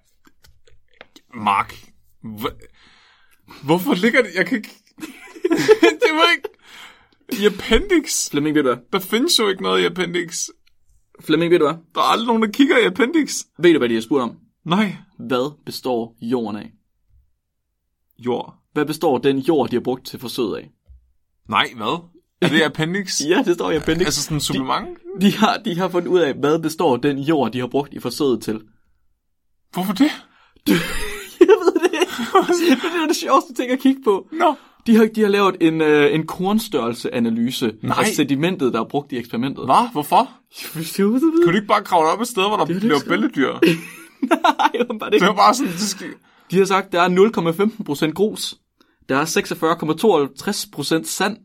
S2: Mark. Hva? Hvorfor ligger *laughs* det? Jeg kan ikke... det var ikke... I appendix?
S1: Flemming, ved du hvad?
S2: Der findes jo ikke noget i appendix.
S1: Flemming, ved du hvad?
S2: Der er aldrig nogen, der kigger i appendix.
S1: Ved du, hvad de har spurgt om?
S2: Nej.
S1: Hvad består jorden af?
S2: Jord.
S1: Hvad består den jord, de har brugt til forsøget af?
S2: Nej, hvad? Er det appendix?
S1: Ja, det står i appendix.
S2: Altså sådan en supplement?
S1: De har, de har fundet ud af, hvad består den jord, de har brugt i forsøget til.
S2: Hvorfor det?
S1: Jeg ved det ikke. *laughs* Det er det sjoveste ting at kigge på.
S2: Nå.
S1: De har, de har lavet en, øh, en kornstørrelseanalyse
S2: Nej.
S1: af sedimentet, der er brugt i eksperimentet.
S2: Hvad? Hvorfor?
S1: Hvad?
S2: Kunne du ikke bare kravle op et sted, hvor der
S1: det,
S2: blev
S1: jeg skal.
S2: bæltedyr?
S1: *laughs* Nej, åbenbart ikke.
S2: Det var bare sådan, det skal...
S1: De har sagt, der er 0,15% grus, der er 46,52% sand,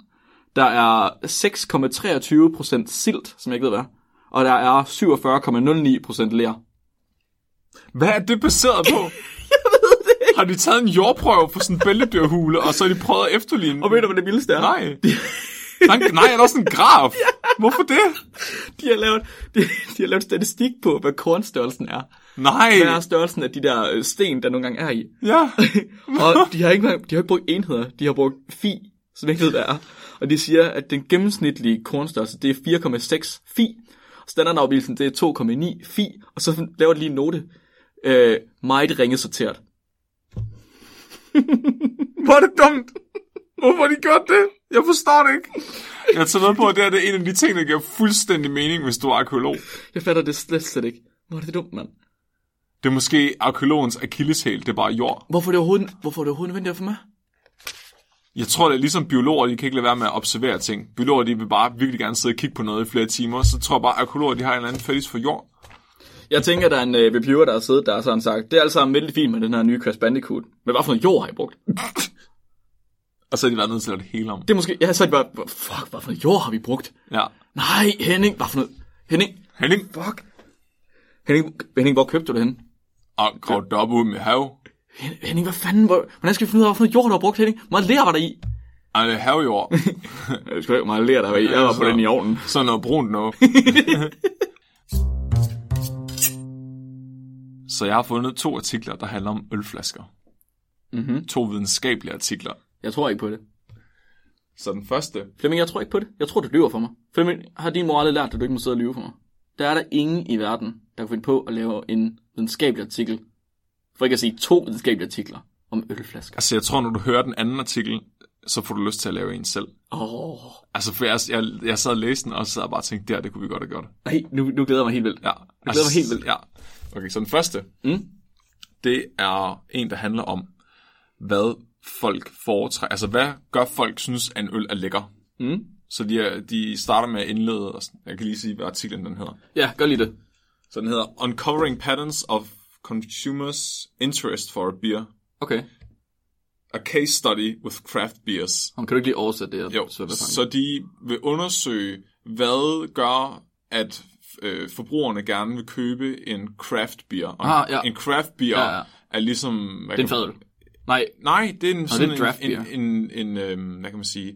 S1: der er 6,23% silt, som jeg ikke ved hvad, og der er 47,09% ler.
S2: Hvad er det baseret
S1: *laughs*
S2: på? Har de taget en jordprøve fra sådan en bæltedyrhule, og så har de prøvet at efterligne?
S1: Og ved du, hvad det vildeste er?
S2: Nej. Der er en, nej, er der også en graf? Hvorfor det?
S1: De har lavet, de, de har lavet statistik på, hvad kornstørrelsen er.
S2: Nej.
S1: Hvad er størrelsen af de der øh, sten, der nogle gange er i?
S2: Ja.
S1: *laughs* og de har, ikke, engang- de har ikke brugt enheder, de har brugt fi, som jeg ikke ved, hvad er. Og de siger, at den gennemsnitlige kornstørrelse, det er 4,6 fi. Standardafvielsen, det er 2,9 fi. Og så laver de lige en note. Øh, meget ringe sorteret.
S2: *laughs* Hvor er det dumt? Hvorfor har de gjort det? Jeg forstår det ikke. Jeg tager med på, at det her det er en af de ting, der giver fuldstændig mening, hvis du er arkeolog.
S1: Jeg fatter det slet, slet ikke. Hvor er det dumt, mand.
S2: Det er måske arkeologens akilleshæl, det er bare jord.
S1: Hvorfor er det overhovedet, hvorfor er det overhovedet nødvendigt for mig?
S2: Jeg tror, det er ligesom biologer, de kan ikke lade være med at observere ting. Biologer, de vil bare virkelig gerne sidde og kigge på noget i flere timer. Så tror jeg bare, at arkeologer, de har en eller anden fetish for jord.
S1: Jeg tænker, der er en øh, reviewer, der har siddet der og så har han sagt, det er altså en vældig fint med den her nye Crash Bandicoot. Men hvad for noget jord har I brugt?
S2: Og så har de været nødt til at lade det hele om.
S1: Det er måske, jeg har sagt bare, fuck, hvad for noget jord har vi brugt?
S2: Ja.
S1: Nej, Henning, hvad for noget? Henning,
S2: Henning,
S1: Fuck. Henning, Henning hvor købte du det henne?
S2: og grav det op ud med hav.
S1: Hen- Henning, hvad fanden? Hvor, hvordan skal vi finde ud af, hvorfor noget jord, du har brugt, Henning? Meget lær var der i.
S2: Ej, det er *laughs* havjord.
S1: Jeg skal ikke meget lær, der var i. Jeg
S2: var på den i
S1: ovnen.
S2: Sådan noget brunt *laughs* noget. så jeg har fundet to artikler, der handler om ølflasker.
S1: Mhm.
S2: To videnskabelige artikler.
S1: Jeg tror ikke på det.
S2: Så den første.
S1: Flemming, jeg tror ikke på det. Jeg tror, du lyver for mig. Flemming, har din mor aldrig lært, at du ikke må sidde og lyve for mig? Der er der ingen i verden, der kan finde på at lave en videnskabelig artikel. For ikke at sige to videnskabelige artikler om ølflasker.
S2: Altså, jeg tror, når du hører den anden artikel, så får du lyst til at lave en selv.
S1: Åh, oh,
S2: Altså, for jeg, jeg, jeg sad og læste den, og så sad jeg bare og tænkte, der, det kunne vi godt have gjort.
S1: nej, nu, nu glæder jeg mig helt vildt.
S2: Ja.
S1: Jeg glæder mig helt vildt.
S2: Ja. Okay, så den første,
S1: Mm.
S2: det er en, der handler om, hvad folk foretrækker. Altså, hvad gør folk synes, at en øl er lækker?
S1: Mm.
S2: Så de, er, de starter med at indlede, og sådan- jeg kan lige sige, hvad artiklen den hedder.
S1: Ja, gør lige det.
S2: Så den hedder Uncovering Patterns of Consumers Interest for a Beer.
S1: Okay.
S2: A Case Study with Craft Beers.
S1: Om kan du ikke lige oversætte det? her
S2: Jo,
S1: svære fang?
S2: så de vil undersøge, hvad gør, at øh, forbrugerne gerne vil købe en craft beer. Og
S1: Ah, ja.
S2: En craft beer
S1: Ja, ja.
S2: er ligesom... Hvad
S1: Det er en
S2: kan-
S1: fadøl. Nej,
S2: Nej, det er en, sådan
S1: det er draft
S2: en,
S1: beer.
S2: en, en, en øhm, hvad kan man sige,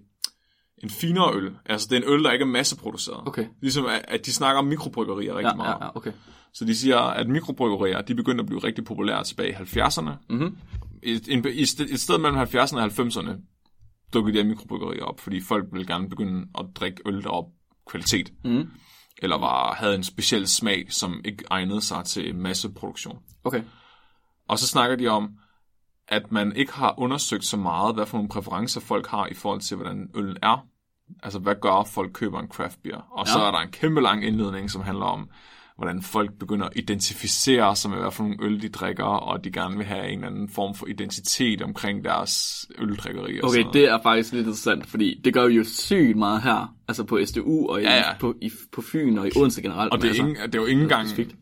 S2: en finere øl. Altså, det er en øl, der ikke er masseproduceret.
S1: Okay.
S2: Ligesom, at, at de snakker om mikrobryggerier rigtig
S1: ja,
S2: meget.
S1: ja, ja, okay.
S2: Så de siger, at mikrobryggerier, de begyndte at blive rigtig populære tilbage i 70'erne. Mm-hmm. Et, en, i sted, et sted mellem 70'erne og 90'erne dukkede de her mikrobryggerier op, fordi folk ville gerne begynde at drikke øl, der var kvalitet.
S1: Mhm.
S2: Eller var, havde en speciel smag, som ikke egnede sig til masseproduktion.
S1: Okay.
S2: Og så snakker de om, at man ikke har undersøgt så meget, hvad for nogle præferencer folk har i forhold til, hvordan øllen er. Altså, hvad gør folk køber en craft beer? Og ja. så
S1: Ja.
S2: er der en kæmpe lang indledning, som handler om, hvordan folk begynder at identificere sig med, hvad for nogle øl de drikker, og de gerne vil have en eller anden form for identitet omkring deres øldrikkeri. Og sådan
S1: Okay,
S2: noget.
S1: det er faktisk lidt interessant, fordi det gør vi jo sygt meget her, altså på SDU og i,
S2: Ja, ja.
S1: På, i, på Fyn og i Odense generelt.
S2: og det er,
S1: altså,
S2: ingen, det er jo ikke engang, det
S1: specifikt.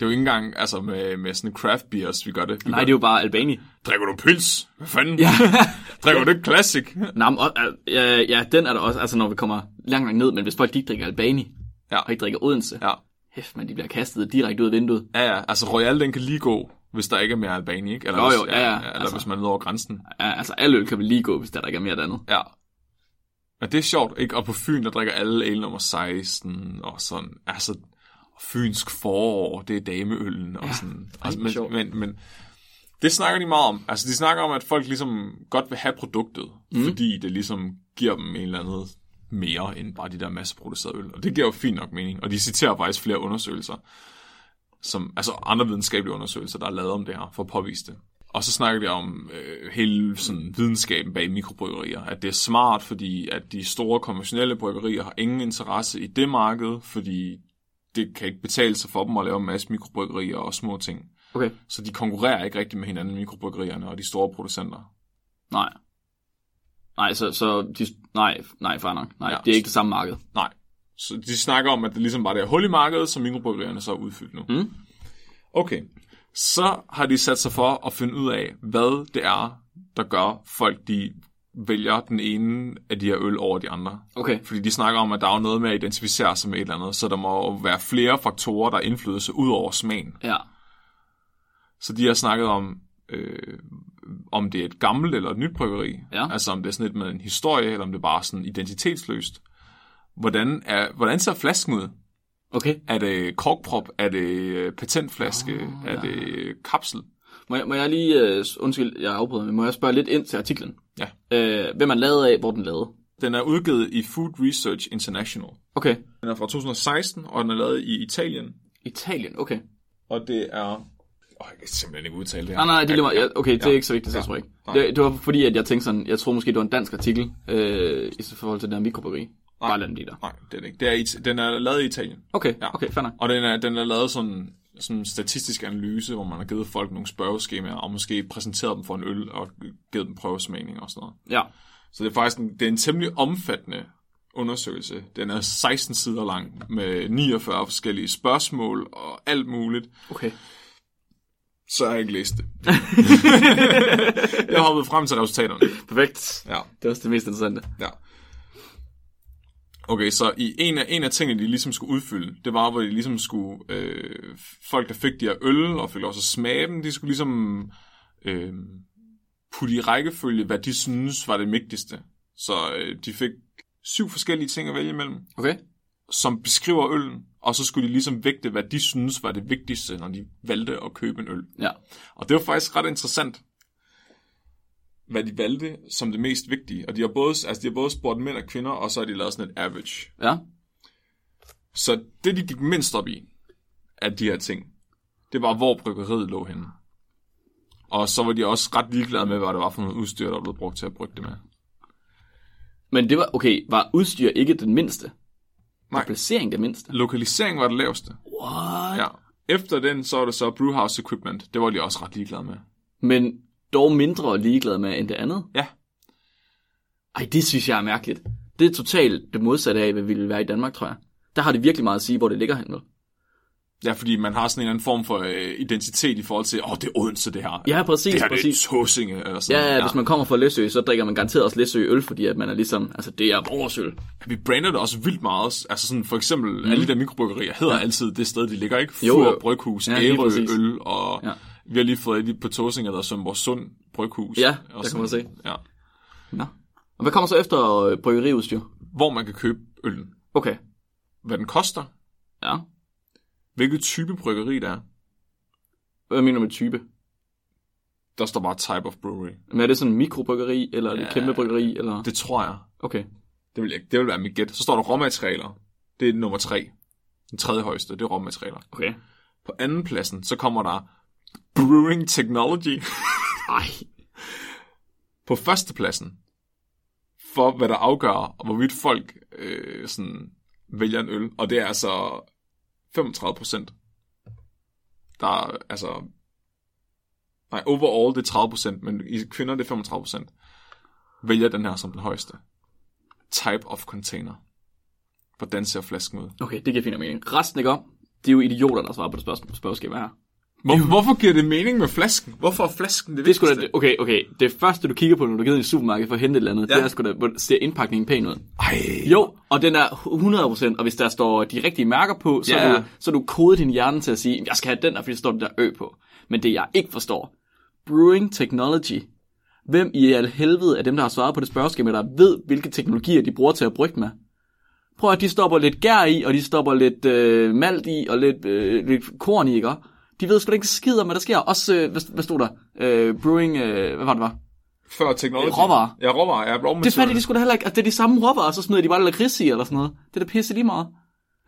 S2: er jo ikke engang altså med, med sådan craft beers, vi gør det. Vi
S1: Nej, det
S2: gør,
S1: er jo bare *laughs* Albani.
S2: drikker du pils? Hvad fanden? Ja. *laughs* drikker du ikke classic?
S1: Nå, men, og, ja, ja, den er der også, altså når vi kommer langt, langt ned, men hvis folk ikke drikker Albani
S2: Ja.
S1: og ikke drikker Odense,
S2: ja.
S1: hæft, man, de bliver kastet direkte ud af vinduet.
S2: Ja, ja, altså Royal den kan lige gå, hvis der ikke er mere Albani, ikke? Eller,
S1: Jo,
S2: hvis,
S1: jo, ja, ja,
S2: Eller altså.
S1: altså.
S2: hvis man er nede over grænsen.
S1: Ja, altså al øl kan vi lige gå, hvis der, der ikke er mere af det andet.
S2: Ja. Men det er sjovt, ikke? Og på Fyn, der drikker alle ale nummer 16 og sådan. Altså, fynsk forår, det er dameøllen og sådan. Altså, men,
S1: sjovt.
S2: men, men, det snakker de meget om. Altså, de snakker om, at folk ligesom godt vil have produktet, mm. fordi det ligesom giver dem en eller anden mere end bare de der masseproducerede øl. Og det giver jo fint nok mening. Og de citerer faktisk flere undersøgelser, som, altså andre videnskabelige undersøgelser, der er lavet om det her, for at påvise det. Og så snakker de om øh, hele sådan, videnskaben bag mikrobryggerier. At det er smart, fordi at de store konventionelle bryggerier har ingen interesse i det marked, fordi det kan ikke betale sig for dem at lave en masse mikrobryggerier og små ting.
S1: Okay.
S2: Så de konkurrerer ikke rigtig med hinanden, mikrobryggerierne og de store producenter.
S1: Nej. Nej, så, så de, nej, nej, fair nok. Nej, ja.
S2: Ja.
S1: det er ikke det samme marked.
S2: Nej. Så de snakker om, at det ligesom bare er det her hul i markedet, som mikrobryggerierne så er udfyldt nu.
S1: Mm.
S2: Okay. Så har de sat sig for at finde ud af, hvad det er, der gør folk, de vælger den ene af de her øl over de andre.
S1: Okay.
S2: Fordi de snakker om, at der er jo noget med at identificere sig med et eller andet, så der må jo være flere faktorer, der har indflydelse ud over smagen.
S1: Ja.
S2: Så de har snakket om, øh, om det er et gammelt eller et nyt bryggeri.
S1: Ja.
S2: Altså om det er sådan lidt med en historie, eller om det bare er sådan identitetsløst. Hvordan, er, hvordan ser flasken ud?
S1: Okay.
S2: Er det korkprop? Er det øh, patentflaske? Oh, er det øh, kapsel?
S1: Må jeg, må jeg lige, øh, undskyld, jeg afbryder, men må jeg spørge lidt ind til artiklen?
S2: Ja.
S1: Øh, hvem man lavede af, hvor den lavede?
S2: Den er udgivet i Food Research International.
S1: Okay.
S2: Den er fra 2016, og den er lavet i Italien.
S1: Italien, okay.
S2: Og det er... Oh, jeg kan simpelthen ikke udtale det her.
S1: Nej, nej, det er lige meget. Ja, Okay, det er
S2: Ja.
S1: ikke så vigtigt, så
S2: Ja.
S1: tror jeg ikke.
S2: Nej.
S1: Det, det var fordi, at jeg tænkte sådan, jeg tror måske, det var en dansk artikel, øh, i forhold til den her mikrobryggeri. Bare lad den blive der.
S2: Nej, det er det ikke. Det er, it- den er lavet i Italien.
S1: Okay,
S2: Ja.
S1: okay, fair nok.
S2: Og den er, den er lavet sådan sådan en statistisk analyse, hvor man har givet folk nogle spørgeskemaer, og måske præsenteret dem for en øl, og givet dem prøvesmagning og sådan noget.
S1: Ja.
S2: Så det er faktisk en, det er en temmelig omfattende undersøgelse. Den er 16 sider lang, med 49 forskellige spørgsmål og alt muligt.
S1: Okay.
S2: Så har jeg ikke læst det. jeg har hoppet frem til resultaterne.
S1: Perfekt.
S2: Ja.
S1: Det er også det mest interessante.
S2: Ja. Okay, så i en af, en af tingene, de ligesom skulle udfylde, det var, hvor de ligesom skulle, øh, folk der fik de her øl, og fik lov til at smage dem, de skulle ligesom øh, putte i rækkefølge, hvad de synes var det vigtigste. Så øh, de fik syv forskellige ting at vælge imellem,
S1: Okay.
S2: som beskriver øllen, og så skulle de ligesom vægte, hvad de synes var det vigtigste, når de valgte at købe en øl.
S1: Ja.
S2: Og det var faktisk ret interessant, hvad de valgte som det mest vigtige. Og de har både, altså de har både spurgt mænd og kvinder, og så har de lavet sådan et average.
S1: Ja.
S2: Så det, de gik mindst op i af de her ting, det var, hvor bryggeriet lå henne. Og så var de også ret ligeglade med, hvad det var for noget udstyr, der blev brugt til at brygge det med.
S1: Men det var, okay, var udstyr ikke den mindste?
S2: Nej.
S1: Var placering det mindste?
S2: Lokalisering var det laveste.
S1: What?
S2: Ja. Efter den, så var det så brewhouse equipment. Det var de også ret ligeglade med.
S1: Men dog mindre ligeglad med end det andet?
S2: Ja.
S1: Ej, det synes jeg er mærkeligt. Det er totalt det modsatte af, hvad vi ville være i Danmark, tror jeg. Der har det virkelig meget at sige, hvor det ligger hen. vel?
S2: Ja, fordi man har sådan en eller anden form for øh, identitet i forhold til, åh, oh, det er Odense, det her.
S1: Ja, præcis,
S2: det her,
S1: præcis.
S2: Det er Tåsinge, eller sådan
S1: Ja,
S2: noget.
S1: ja, hvis man kommer fra Læsø, så drikker man garanteret også Læsø øl, fordi at man er ligesom, altså det er vores øl.
S2: Vi brander det også vildt meget. Altså sådan for eksempel, mm. alle de der mikrobryggerier hedder ja. altid det sted, de ligger, ikke?
S1: Mhm. Jo,
S2: Fur,
S1: jo.
S2: Bryghus,
S1: Ja,
S2: ja,
S1: lige
S2: Ærø,
S1: præcis.
S2: Øl, og
S1: Ja.
S2: ja. vi har lige fået et på Tåsinger, der er Sømborg Sund Bryghus.
S1: Ja,
S2: og
S1: der kan
S2: sådan-
S1: man se.
S2: Ja.
S1: Nå. Og hvad kommer så efter øh, bryggeriudstyr?
S2: Hvor man kan købe øllen.
S1: Okay.
S2: Hvad den koster.
S1: Ja.
S2: Hvilket type bryggeri det er.
S1: Hvad mener du med type?
S2: Der står bare type of brewery.
S1: Men er det sådan en mikrobryggeri, eller er det et kæmpe bryggeri, eller?
S2: Det tror jeg.
S1: Okay.
S2: Det vil, jeg, det vil være mit gæt. Så står der råmaterialer. Det er nummer tre. Den tredje højeste, det er råmaterialer.
S1: Okay.
S2: På anden pladsen, så kommer der Brewing Technology.
S1: Ej.
S2: På første pladsen, for hvad der afgør, hvorvidt folk øh, sådan, vælger en øl. Og det er altså 35 procent. Der er altså... Nej, overall det er 30 procent, men i kvinder det er 35 procent. Vælger den her som den højeste. Type of container. Hvordan ser flasken ud?
S1: Okay, det giver fint mening. Resten ikke om. Det er jo idioter, der svarer på det spørgsmål, spørgsmål her.
S2: Hvor, hvorfor giver det mening med flasken? Hvorfor er flasken det
S1: Det er sgu da, okay, okay. Det første, du kigger på, når du går ned i supermarkedet for at hente et eller andet, ja.
S2: Ja.
S1: det er sgu da, hvor ser indpakningen pæn ud.
S2: Ej,
S1: Jo, og den er 100%, og hvis der står de rigtige mærker på, så,
S2: Ja,
S1: ja.
S2: ja.
S1: du, så du kodet din hjerne til at sige, jeg skal have den der, fordi der står den der ø på. Men det jeg ikke forstår, brewing technology. Hvem i al helvede af dem, der har svaret på det spørgeskema, der ved, hvilke teknologier de bruger til at brygge med? Prøv at de stopper lidt gær i, og de stopper lidt øh, malt i, og lidt, øh, lidt korn i, ikke? De ved sgu da ikke skid om, hvad der sker. Også, øh, hvad, hvad stod der? Øh, brewing, øh, hvad var det, var?
S2: Før teknologi.
S1: Råvarer.
S2: Ja, råvarer. Ja,
S1: Det fandt
S2: råmaterialer.
S1: de sgu da heller ikke. Altså, det er de samme råvarer, og så smider de bare lakrids i, eller sådan noget. Det er da pisse lige meget.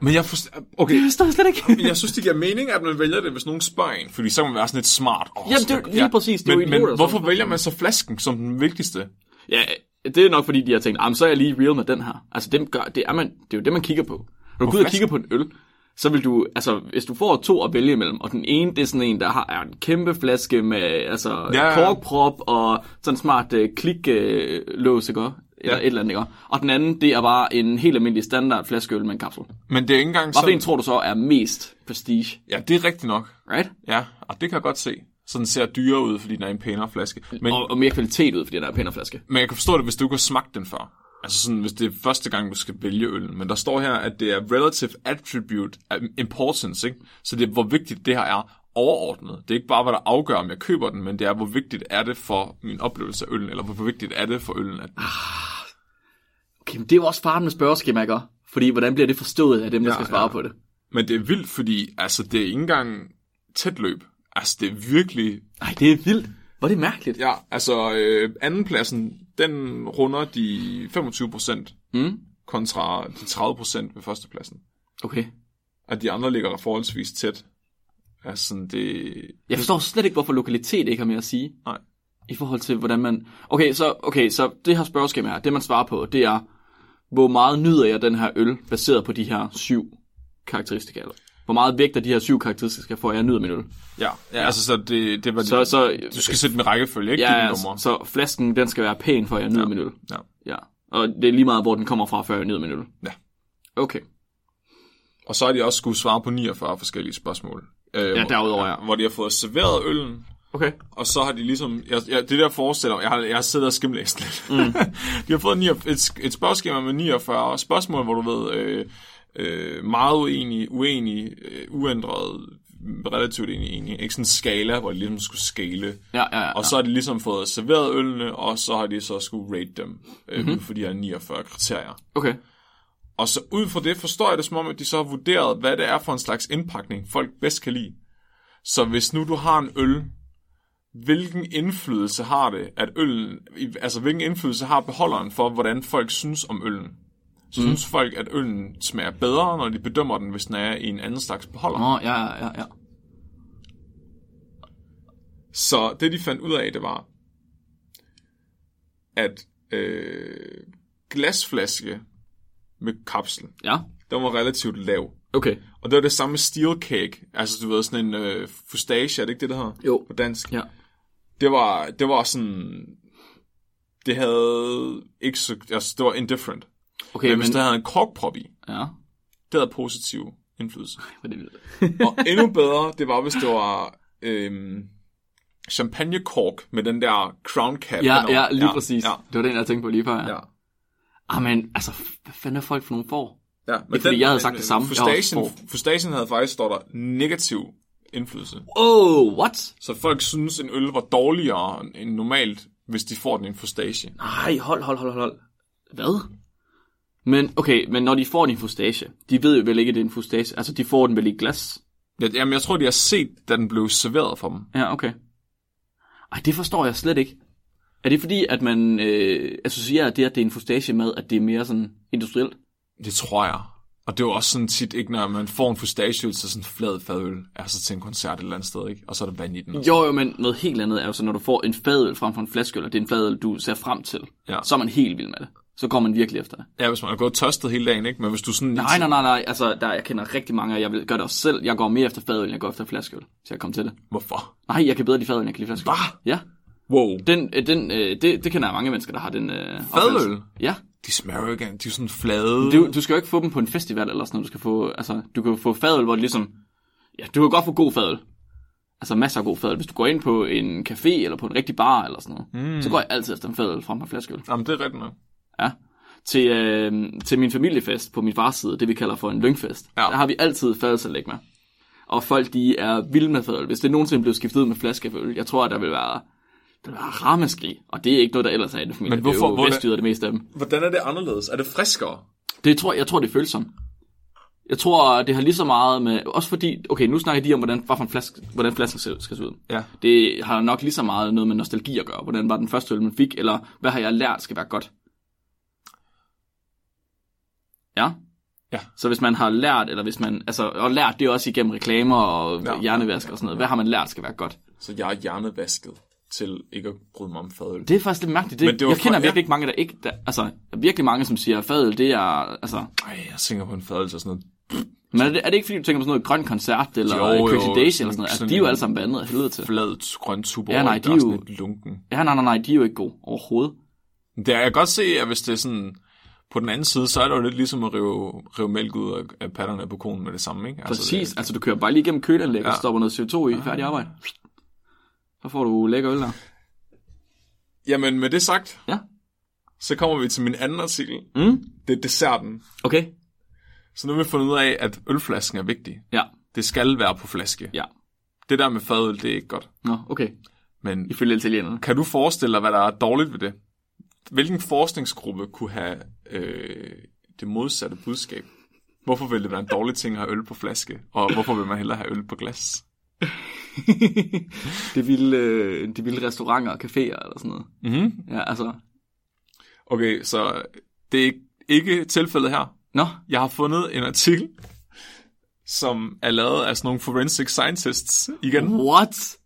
S2: Men jeg forstår... Okay,
S1: Det forstår jeg slet ikke.
S2: Men jeg synes, det giver mening, at man vælger det, hvis nogen spørger en, fordi så kan man være sådan lidt smart. Oh,
S1: Jamen, det er jo lige præcis, det er jo
S2: men, men
S1: idioter, så.
S2: hvorfor vælger man så flasken som den vigtigste?
S1: ja, det er nok fordi, de har tænkt, ah, men så er jeg lige real med den her. Altså, dem gør, det, er man, det er jo det, man kigger på. Når du går ud og
S2: flasken?
S1: kigger på en øl, så vil du, altså, hvis du får to at vælge imellem, og den ene, det er sådan en, der har er en kæmpe flaske med, altså,
S2: Ja,
S1: ja,
S2: ja.
S1: ja. korkprop og sådan en smart øh, kliklås, øh, ikke også? eller
S2: Ja.
S1: ja. et eller andet, ikke? også? Og den anden, det er bare en helt almindelig standard flaskeøl med en kapsel.
S2: Men det er ikke engang
S1: Hvad for en
S2: sådan...
S1: tror du så er mest prestige,
S2: Ja, det er rigtigt nok.
S1: right?
S2: Ja, og det kan jeg godt se. Sådan ser dyre ud, fordi den er en pænere flaske. Men,
S1: Og, og mere kvalitet ud, fordi den er en pænere flaske.
S2: men jeg kan forstå det, hvis du ikke har smagt den før. Altså sådan, hvis det er første gang, du skal vælge øllen. Men der står her, at det er relative attribute of importance, ikke? Så det er, hvor vigtigt det her er overordnet. Det er ikke bare, hvad der afgør, om jeg køber den, men det er, hvor vigtigt er det for min oplevelse af øllen, eller hvor vigtigt er det for øllen, at
S1: Okay, men det er jo også faren med spørgeskema, ikke? også? Fordi hvordan bliver det forstået af dem, der
S2: Ja,
S1: ja, skal svare
S2: ja.
S1: ja. på det?
S2: Men det er vildt, fordi altså, det er ikke engang tæt løb. Altså, det er virkelig...
S1: Nej, det er vildt. Hvor er det mærkeligt. Ja.
S2: Ja, altså, øh, andenpladsen, den runder de 25 procent
S1: Mm.
S2: kontra de 30 procent ved førstepladsen.
S1: Okay.
S2: Og de andre ligger forholdsvis tæt. Altså, sådan, det...
S1: Jeg forstår slet ikke, hvorfor lokalitet ikke har mere at sige.
S2: Nej.
S1: I forhold til, hvordan man... Okay, så, okay, så det her spørgeskema her, det man svarer på, det er, hvor meget nyder jeg den her øl, baseret på de her syv karakteristika? Eller? Hvor meget vægter de her syv karakteristika, for at jeg nyder min øl?
S2: Ja, ja. altså, så det, det var
S1: Så,
S2: det.
S1: så,
S2: Du skal sætte den i rækkefølge, ikke?
S1: ja,
S2: Dine
S1: ja,
S2: numre.
S1: så flasken, den skal være pæn, for at jeg nyder ja. min øl.
S2: Ja.
S1: Ja. Og det er lige meget, hvor den kommer fra, før jeg nyder min øl.
S2: Ja.
S1: Okay.
S2: Og så har de også skulle svare på 49 forskellige spørgsmål. Øh, hvor-
S1: derudover, ja.
S2: Hvor de har fået serveret øllen,
S1: Okay.
S2: Og så har de ligesom, jeg, jeg, det der forestiller, jeg har, jeg har siddet og skimlæst lidt. Mm. *laughs* de har fået 49, et, et spørgeskema med 49 spørgsmål, hvor du ved, øh, øh, meget uenig, uenig, øh, uændret, relativt enig, enig. Ikke sådan en skala, hvor de ligesom skulle skale.
S1: Ja, ja, ja.
S2: Og så har de ligesom fået serveret ølene, og så har de så skulle rate dem, øh, mm-hmm. ud for de her 49 kriterier.
S1: Okay.
S2: Og så ud fra det forstår jeg det som om, at de så har vurderet, hvad det er for en slags indpakning, folk bedst kan lide. Så hvis nu du har en øl, hvilken indflydelse har det, at øllen, altså hvilken indflydelse har beholderen for, hvordan folk synes om øllen? Så synes folk, at øllen smager bedre, når de bedømmer den, hvis den er i en anden slags beholder.
S1: Nå, ja, ja, ja, ja.
S2: Så det, de fandt ud af, det var, at øh, glasflaske med kapsel,
S1: Ja,
S2: den var relativt lav.
S1: okay.
S2: Og det var det samme med steel cake. Altså, du ved, sådan en øh, fustache, er det ikke det, der hedder?
S1: Jo.
S2: På dansk.
S1: Ja.
S2: Det var, det var sådan... Det havde ikke så... Altså, det var indifferent. Men,
S1: Okay, men...
S2: hvis der havde en korkprop i,
S1: Ja,
S2: det havde positiv indflydelse.
S1: hvor er det vildt.
S2: Og endnu bedre, det var, hvis det var øh, champagnekork med den der crown cap.
S1: ja,
S2: henover.
S1: ja, lige ja, præcis. Ja.
S2: Ja,
S1: Det var den, jeg tænkte på lige før. Ja.
S2: ja.
S1: Ah, men altså, f- hvad fanden er folk for nogle får?
S2: ja. Men
S1: er fordi, jeg havde sagt det samme. Jeg har også
S2: Fustachen, fustachen havde faktisk, står der, negativ indflydelse.
S1: Oh, what?
S2: Så folk synes, en øl var dårligere end normalt, hvis de får den i en fustache.
S1: Nej, hold, hold, hold, hold, hold. Hvad? Men okay, men når de får din fustache, de ved jo vel ikke, at det er en fustache. Altså, de får den vel i glas?
S2: Jeg, jamen, jeg tror, de har set, da den blev serveret for dem.
S1: Ja, okay. Ej, det forstår jeg slet ikke. Er det fordi, at man øh, associerer det, at det er en fustache med, at det er mere sådan industrielt?
S2: Det tror jeg. Og det er jo også sådan tit, ikke, når man får en fustacheøl, så sådan en flad fadøl, altså til en koncert et eller andet sted, ikke? og så er der vand i den.
S1: Jo, jo, men noget helt andet er jo så, når du får en fadøl frem for en flaskeøl, og det er en fadøl, du ser frem til,
S2: Ja.
S1: så er man helt vild med det. Så går man virkelig efter det.
S2: Ja, hvis man har gået tørstet hele dagen, ikke? men hvis du sådan...
S1: Nej, nej, nej, nej. Altså, der, jeg kender rigtig mange, og jeg vil gøre det også selv. Jeg går mere efter fadøl, end jeg går efter flaskeøl, så jeg kom til det.
S2: Hvorfor?
S1: Nej, jeg kan bedre lide fadøl, end jeg kan lide flaskeøl.
S2: Hvad?
S1: Ja.
S2: Wow.
S1: Den, øh, den, øh, det, det kender jeg mange mennesker, der har den øh, oplevelse. Ja.
S2: De smager jo ikke engang. De er sådan flade.
S1: Du, du skal jo ikke få dem på en festival eller sådan noget. Du, skal få, altså, du kan jo få fadøl, hvor det ligesom... Ja, du kan godt få god fadøl. Altså masser af god fadøl. Hvis du går ind på en café eller på en rigtig bar eller sådan noget, mm. så går jeg altid efter en fadøl frem for en flaskeøl.
S2: Jamen, det er rigtigt nok.
S1: Ja. Til, øh, til min familiefest på min fars side, det vi kalder for en lyngfest,
S2: Ja.
S1: ja. der har vi altid fadelsalæg med. Og folk, de er vilde med fadøl. Hvis det nogensinde blev skiftet ud med flaskeøl, jeg tror, at der vil være, der vil være ramaskrig. Og det er ikke noget, der ellers er i den familie.
S2: Men hvorfor-
S1: det er
S2: hvordan-
S1: jo vestjyder, det meste af dem.
S2: Hvordan er det anderledes? Er det friskere?
S1: Det tror, jeg tror, det er følsomt. Jeg tror, det har lige så meget med... Også fordi... Okay, nu snakker de om, hvordan, hvad for en flaske, hvordan flasken ser- skal se ud.
S2: Ja.
S1: Det har nok lige så meget noget med nostalgi at gøre. Hvordan var den første øl, man fik? Eller hvad har jeg lært skal være godt? Ja.
S2: Ja.
S1: Så hvis man har lært, eller hvis man... Altså, og lært det er også igennem reklamer og
S2: Ja.
S1: ja. hjernevask og sådan noget. Hvad har man lært skal være godt?
S2: Så jeg er hjernevasket til ikke at bryde mig om fadøl.
S1: Det er faktisk lidt mærkeligt. Det,
S2: Men det var
S1: jeg
S2: for-
S1: kender
S2: ja.
S1: virkelig ikke mange, der ikke... Der, altså, virkelig mange, som siger, fadøl, det er... Altså,
S2: Ej, jeg tænker på en fadøl og sådan noget.
S1: men er det, er det ikke, fordi du tænker på sådan noget grøn koncert, eller
S2: Jo, jo,
S1: jo, Crazy Days, eller
S2: sådan-
S1: sådan noget? Altså,
S2: sådan
S1: de er jo
S2: en-
S1: alle sammen bandet af helvede til.
S2: Flad grøn tuber,
S1: Ja, nej,
S2: der
S1: de er
S2: er sådan
S1: jo-
S2: lidt lunken.
S1: Ja, nej, nej, nej, de er jo ikke gode overhovedet.
S2: Det, jeg kan godt se, at hvis det er sådan... På den anden side, så er det jo lidt ligesom at rive, rive mælk ud af, af patterne på konen med det samme, ikke? Altså,
S1: Præcis, altså du kører bare lige igennem køleanlæg ja. og
S2: Ja.
S1: stopper noget CO2 i, færdig arbejde. Så får du lækker øl der.
S2: Det, jamen, med det sagt,
S1: Ja.
S2: så kommer vi til min anden artikel.
S1: Mm.
S2: Det er desserten.
S1: Okay.
S2: Så nu har vi fundet ud af, at ølflasken er vigtig.
S1: Ja,
S2: Det skal være på flaske.
S1: ja.
S2: Det der med fadøl, det er ikke godt.
S1: Nå, okay.
S2: Men
S1: Ifølge *laughs* italienerne.
S2: kan du forestille dig, hvad der er dårligt ved det? Hvilken forskningsgruppe kunne have øh, det modsatte budskab? Hvorfor ville det være en dårlig ting at have øl på flaske? Og hvorfor vil man hellere have øl på glas?
S1: det ville, øh, de vilde restauranter og caféer eller sådan noget.
S2: Mm-hmm.
S1: Ja, altså.
S2: Okay, så det er ikke- ikke tilfældet her.
S1: Nå,
S2: Jeg har fundet en artikel, som er lavet af sådan nogle forensic scientists igen.
S1: what?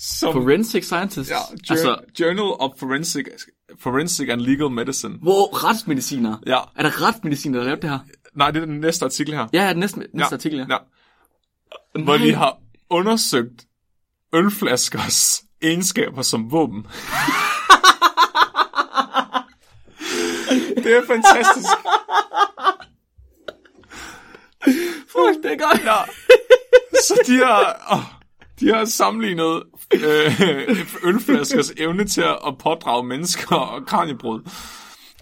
S2: Som,
S1: Forensic scientists?
S2: ja, jour-
S1: Altså,
S2: Journal of Forensic, Forensic and Legal Medicine.
S1: hvor retsmediciner?
S2: Ja,
S1: Er der retsmediciner, der lavede det her?
S2: nej, det er den næste artikel her.
S1: Ja, ja, den næste, næste artikel, ja.
S2: ja. Hvor de har undersøgt ølflaskers egenskaber som våben. det er fantastisk.
S1: Fuck, det er godt.
S2: Ja. Så de har, åh, de har sammenlignet øh, ølflaskers evne til at pådrage mennesker og kranjebrud,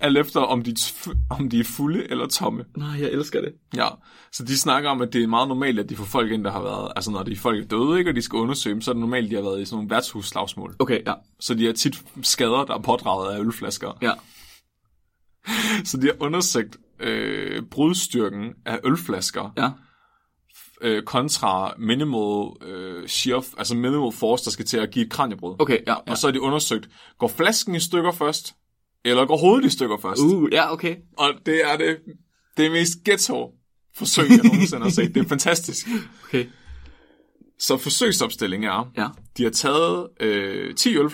S2: alt efter om de, er tf- om de er fulde eller tomme.
S1: Nej, jeg elsker det.
S2: Ja, så de snakker om, at det er meget normalt, at de får folk ind, der har været... Altså, når de folk er døde, ikke, og de skal undersøge dem, så er det normalt, at de har været i sådan nogle værtshusslagsmål.
S1: Okay, ja.
S2: Så de har tit skader, der er pådraget af ølflasker.
S1: Ja.
S2: Så de har undersøgt øh, brudstyrken af ølflasker
S1: Ja.
S2: øh, kontra minimal øh, shear, altså minimal force, der skal til at give et kranjebrud.
S1: Okay, ja. ja.
S2: Og så har de undersøgt, går flasken i stykker først, eller går hovedet i stykker først?
S1: Uh, ja, okay.
S2: Og det er det, det mest ghetto forsøg, jeg nogensinde har set. Det er fantastisk.
S1: Okay.
S2: Så forsøgsopstillingen er,
S1: Ja.
S2: de har taget øh, 10 øl,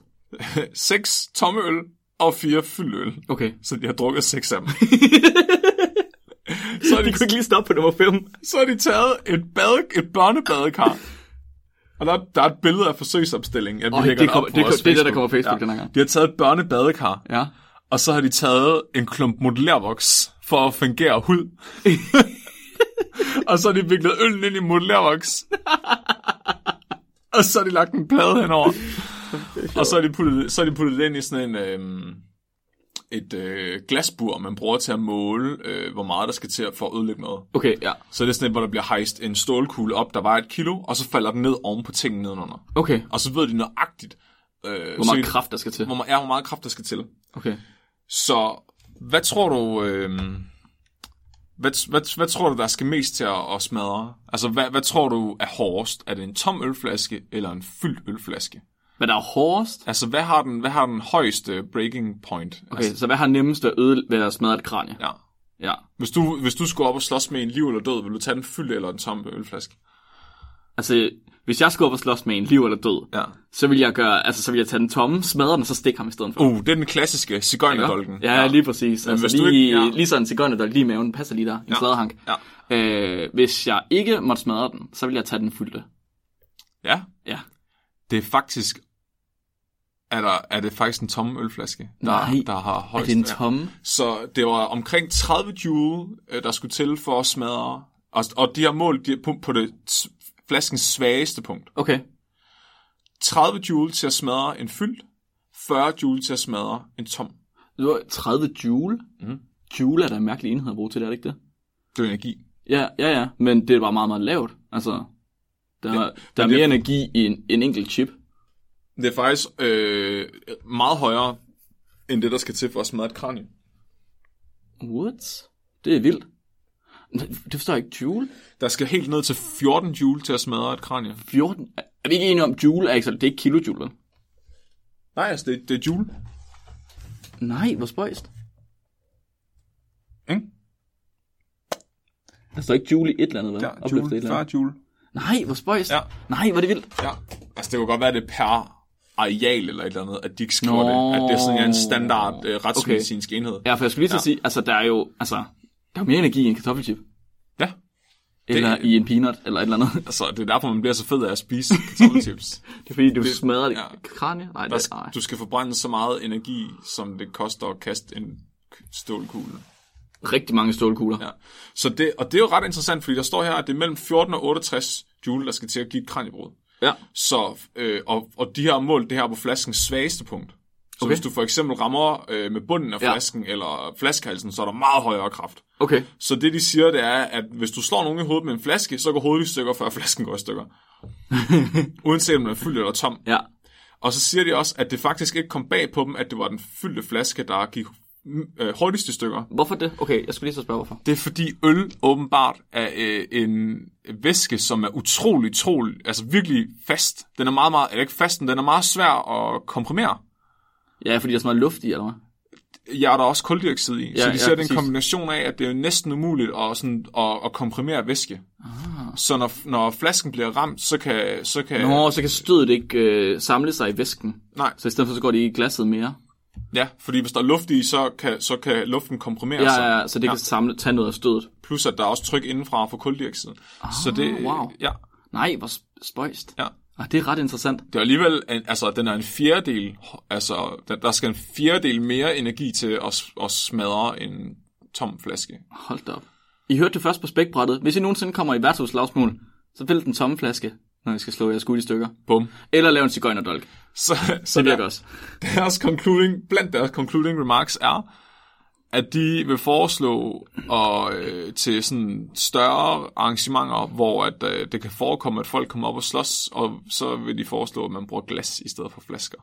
S2: *laughs* 6 tomme øl og 4 fyldte øl.
S1: Okay.
S2: Så de har drukket 6 af dem. *laughs* så, har de,
S1: ikke lige stoppe på nummer 5.
S2: så har de taget et, bade, et børnebadekar. Og der, der er et billede af forsøgsopstillingen. Jeg
S1: Øj,
S2: lægger
S1: det
S2: op
S1: kommer-
S2: på
S1: det
S2: vores
S1: kom- det er det, der kommer på Facebook den her gang.
S2: De har taget et børnebadekar,
S1: Ja.
S2: og så har de taget en klump modellærvoks for at fungere
S1: *laughs*
S2: hud. og så har de viklet øllen ind i modellærvoks. og så har de lagt en plade henover. og så har de puttet, så har de puttet det ind i sådan en... Øhm, et øh, glasbur, man bruger til at måle, øh, hvor meget der skal til at- for at ødelægge noget.
S1: Okay, ja.
S2: Så det er sådan et, hvor der bliver hejst en stålkugle op, der vejer et kilo, og så falder den ned oven på tingene nedenunder.
S1: Okay.
S2: Og så ved de nøjagtigt, øh,
S1: Hvor meget kraft der skal til.
S2: hvor, meget, ja, hvor meget kraft der skal til.
S1: Okay.
S2: Så hvad tror du, øh, hvad, hvad, hvad tror du, der skal mest til at, at smadre? Altså, hvad, hvad tror du er hårdest? Er det en tom ølflaske eller en fyldt ølflaske?
S1: Hvad der er hårdest?
S2: Altså, hvad har den, hvad har den højeste breaking point?
S1: Okay,
S2: Altså,
S1: så hvad har nemmest at øde ved at smadre et kranie?
S2: ja.
S1: Ja.
S2: Hvis du, hvis du skulle op og slås med en liv eller død, vil du tage den fyldte eller en tom ølflaske?
S1: Altså, hvis jeg skulle op og slås med en liv eller død,
S2: Ja.
S1: så vil jeg gøre, altså, så vil jeg tage den tomme, smadre den, og så stikke ham i stedet for.
S2: Uh, det er den klassiske cigøjnerdolken.
S1: Ja, ja, lige præcis. Altså,
S2: hvis du
S1: lige, ikke,
S2: ikke-
S1: ja.
S2: ja.
S1: lige sådan en cigøjner, lige i maven, den passer lige der. En ja. sladerhank.
S2: Ja.
S1: Øh, hvis jeg ikke måtte smadre den, så vil jeg tage den fyldte.
S2: Ja,
S1: Ja.
S2: det er faktisk... Er, der, er det faktisk en tom ølflaske, der,
S1: Nej.
S2: der har
S1: Er
S2: højst...
S1: det en tomme?
S2: Så det var omkring 30 joule, øh, der skulle til for at smadre. Og, og de har målt de, på, på det s- flaskens svageste punkt.
S1: Okay.
S2: 30 joule til at smadre en fyldt, 40 joule til at smadre en tom.
S1: Det var 30 joule.
S2: Mhm.
S1: Joule er da en mærkelig enhed at bruge til det, er det ikke det?
S2: Det er energi.
S1: Ja, ja, ja, men det var meget, meget lavt. Altså, der, ja, der er
S2: det-
S1: mere energi i en, en enkelt chip.
S2: Det er faktisk øh, meget højere end det, der skal til for at smadre et kranie.
S1: What? Det er vildt. Det forstår jeg ikke. Joule?
S2: Der skal helt ned til 14 joule til at smadre et kranie.
S1: 14? Er vi ikke enige om, joule er ikke sådan, det er ikke kilojoule, vel?
S2: Nej, altså det, det er joule.
S1: Nej, hvor spøjst.
S2: Ikke?
S1: Der står ikke joule i et eller andet, vel?
S2: Ja,
S1: Opløftet
S2: joule.
S1: et eller
S2: 40
S1: andet.
S2: joule.
S1: Nej, hvor spøjst.
S2: Ja.
S1: Nej, hvor er det vildt.
S2: Ja. Altså det kunne godt være, det er per areal eller et eller andet, at de ikke skriver
S1: Nå.
S2: det. At det er sådan en standard øh, retsmedicinsk okay. enhed.
S1: Ja, for jeg skulle lige til at sige, altså der er jo, altså, der er jo mere energi i en kartoffelchip,
S2: ja.
S1: eller i en peanut, eller et eller andet.
S2: Altså, det er derfor, man bliver så fed af at spise kartoffelchips.
S1: *laughs* Det er fordi, du smadrer det
S2: *laughs* ja.
S1: kranie. Nej,
S2: Der
S1: det
S2: sk-
S1: er
S2: Altså, du skal forbrænde så meget energi, som det koster at kaste en k- stålkugle.
S1: rigtig mange stålkugler.
S2: Ja. Så det, og det er jo ret interessant, fordi der står her, at det er mellem 14 og 68 joule, der skal til at give et kraniebrud.
S1: ja.
S2: Så, øh, og, og de har målt det her på flaskens svageste punkt. Så okay. hvis du for eksempel rammer øh, med bunden af
S1: Ja.
S2: flasken eller flaskehalsen, så er der meget højere kraft.
S1: Okay.
S2: Så det de siger, det er, at hvis du slår nogen i hovedet med en flaske, så går hovedet i stykker, før flasken går i stykker. Uanset om den er fyldt eller tom.
S1: Ja.
S2: Og så siger de også, at det faktisk ikke kom bag på dem, at det var den fyldte flaske, der gik mm, øh, hurtigst i stykker.
S1: Hvorfor det? Okay, jeg skulle lige så spørge, hvorfor.
S2: Det er fordi øl åbenbart er øh, en væske, som er utrolig, trolig, altså virkelig fast. Den er meget, meget, eller ikke fast, men den er meget svær at komprimere.
S1: Ja, fordi der er så meget luft i, eller hvad?
S2: Ja, og der er også koldioxid i. Ja, så de
S1: ja,
S2: ja, ser den
S1: præcis.
S2: kombination af, at det er jo næsten umuligt at, sådan, at, at komprimere væske. Ah. Så når, når flasken bliver ramt, så kan... Så kan
S1: Nå, så kan stødet ikke øh, samle sig i væsken.
S2: Nej,
S1: Så i stedet for, så går det i glasset mere.
S2: ja, fordi hvis der er luft i, så kan, så kan luften komprimere sig.
S1: Ja, ja, ja, så det kan samle, tage noget af stødet.
S2: Plus at der er også tryk indenfra for koldioxid. Ah, så det,
S1: wow.
S2: ja,
S1: Nej, hvor s- spøjst.
S2: ja.
S1: Ah, det er ret interessant.
S2: Det er alligevel, en, altså den er en fjerdedel, altså der, der skal en fjerdedel mere energi til at, s- at smadre en tom flaske.
S1: Hold da op. I hørte det først på spækbrættet. Hvis I nogensinde kommer i værtshuslagsmål, så vælg den tomme flaske, når I skal slå jeres skud i stykker.
S2: Bum. *laughs*
S1: Eller lav en cigøjnerdolk.
S2: Så, så
S1: Det virker
S2: der-
S1: også.
S2: deres concluding, blandt deres concluding remarks er, at de vil foreslå og, øh, til sådan større arrangementer, hvor at, øh, det kan forekomme, at folk kommer op og slås, og så vil de foreslå, at man bruger glas i stedet for
S1: *laughs*
S2: flasker.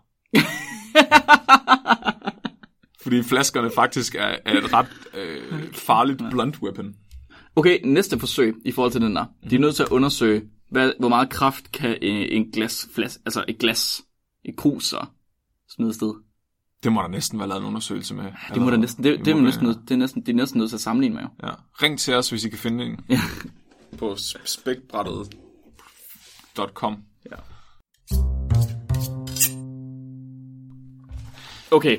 S2: Fordi flaskerne faktisk er, er et ret øh, farligt blunt weapon.
S1: Okay, næste forsøg i forhold til den der. De er nødt til at undersøge, hvad, hvor meget kraft kan øh, en glas, flas, altså et glas, et krus så smide sted.
S2: Det må der næsten være lavet en undersøgelse med.
S1: Det må da næsten, det, det, er man
S2: må være-
S1: næsten nødt, det er næsten, de er næsten nødt til at sammenligne med jo.
S2: Ja. Ring til os, hvis I kan finde en.
S1: Ja.
S2: På sp- spækbrættet.com.
S1: Ja. Okay.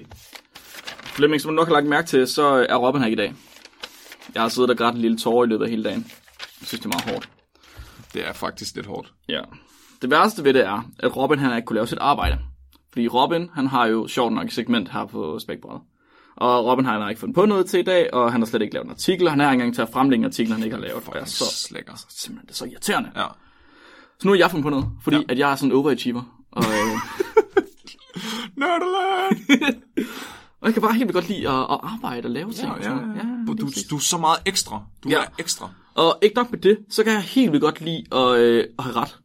S1: Flemming, som du nok har lagt mærke til, så er Robin her ikke i dag. Jeg har siddet og grædt en lille tårer i løbet af hele dagen. Jeg synes, det er meget hårdt.
S2: Det er faktisk lidt hårdt.
S1: Ja. Det værste ved det er, at Robin han har ikke kunne lave sit arbejde. Fordi Robin, han har jo sjovt nok et segment her på Spækbrættet. Og Robin har heller ikke fundet på noget til i dag, og han har slet ikke lavet en artikel, og han har ikke engang til at fremlægge en artikel, han ikke har lavet. Og jeg er så,
S2: slækker.
S1: simpelthen, det er så irriterende.
S2: Ja.
S1: Så nu har jeg fundet på noget, fordi ja. at jeg er sådan en overachiever. Og, øh,
S2: *laughs* Nerdalert!
S1: Og jeg kan bare helt vildt godt lide at, at arbejde og lave ting. og
S2: ja,
S1: sådan noget. ja.
S2: Du, du er så meget ekstra. Du
S1: Ja.
S2: ja. er ekstra.
S1: Og ikke nok med det, så kan jeg helt vildt godt lide at, øh, at have ret.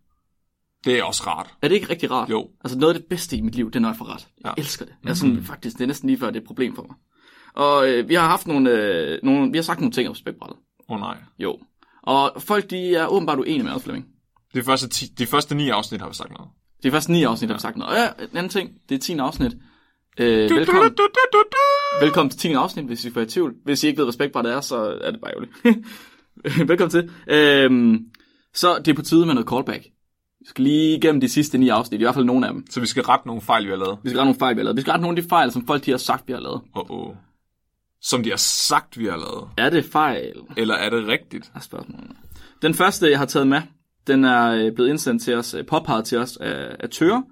S2: Det er også rart.
S1: Er det ikke rigtig rart?
S2: Jo.
S1: Altså noget af det bedste i mit liv, det er, når jeg får ret. Jeg
S2: Ja. Mhm.
S1: elsker det. Jeg er sådan, mm-hmm. faktisk, det er næsten lige før, det er et problem for mig. Og øh, vi har haft nogle, øh, nogle, vi har sagt nogle ting om spækbrættet.
S2: Åh oh, nej.
S1: Jo. Og folk, de er åbenbart uenige med os, Flemming.
S2: De første, ti, de første ni afsnit har vi sagt noget.
S1: Det er først ni afsnit, der har vi sagt noget. Og ja, en anden ting, det er 10 afsnit. Øh, velkommen.
S2: Du, du, du, du.
S1: Velkommen til 10. afsnit, hvis I er i tvivl. Hvis I ikke ved, hvad spækbrættet er, så er det bare ærgerligt. *laughs* Velkommen til. Øhm, så det er på tide med noget callback. Vi skal lige igennem de sidste ni afsnit, i hvert fald nogle af dem.
S2: Så vi skal rette nogle fejl, vi har lavet.
S1: Vi skal rette nogle fejl, vi har lavet. Vi skal rette nogle af de fejl, som folk de har sagt, vi har lavet.
S2: Oh, oh. Som de har sagt, vi har lavet.
S1: Er det fejl?
S2: Eller er det rigtigt?
S1: Er spørgsmålet. Den første, jeg har taget med, den er øh, blevet indsendt til os, øh, påpeget til os af, af Tøre,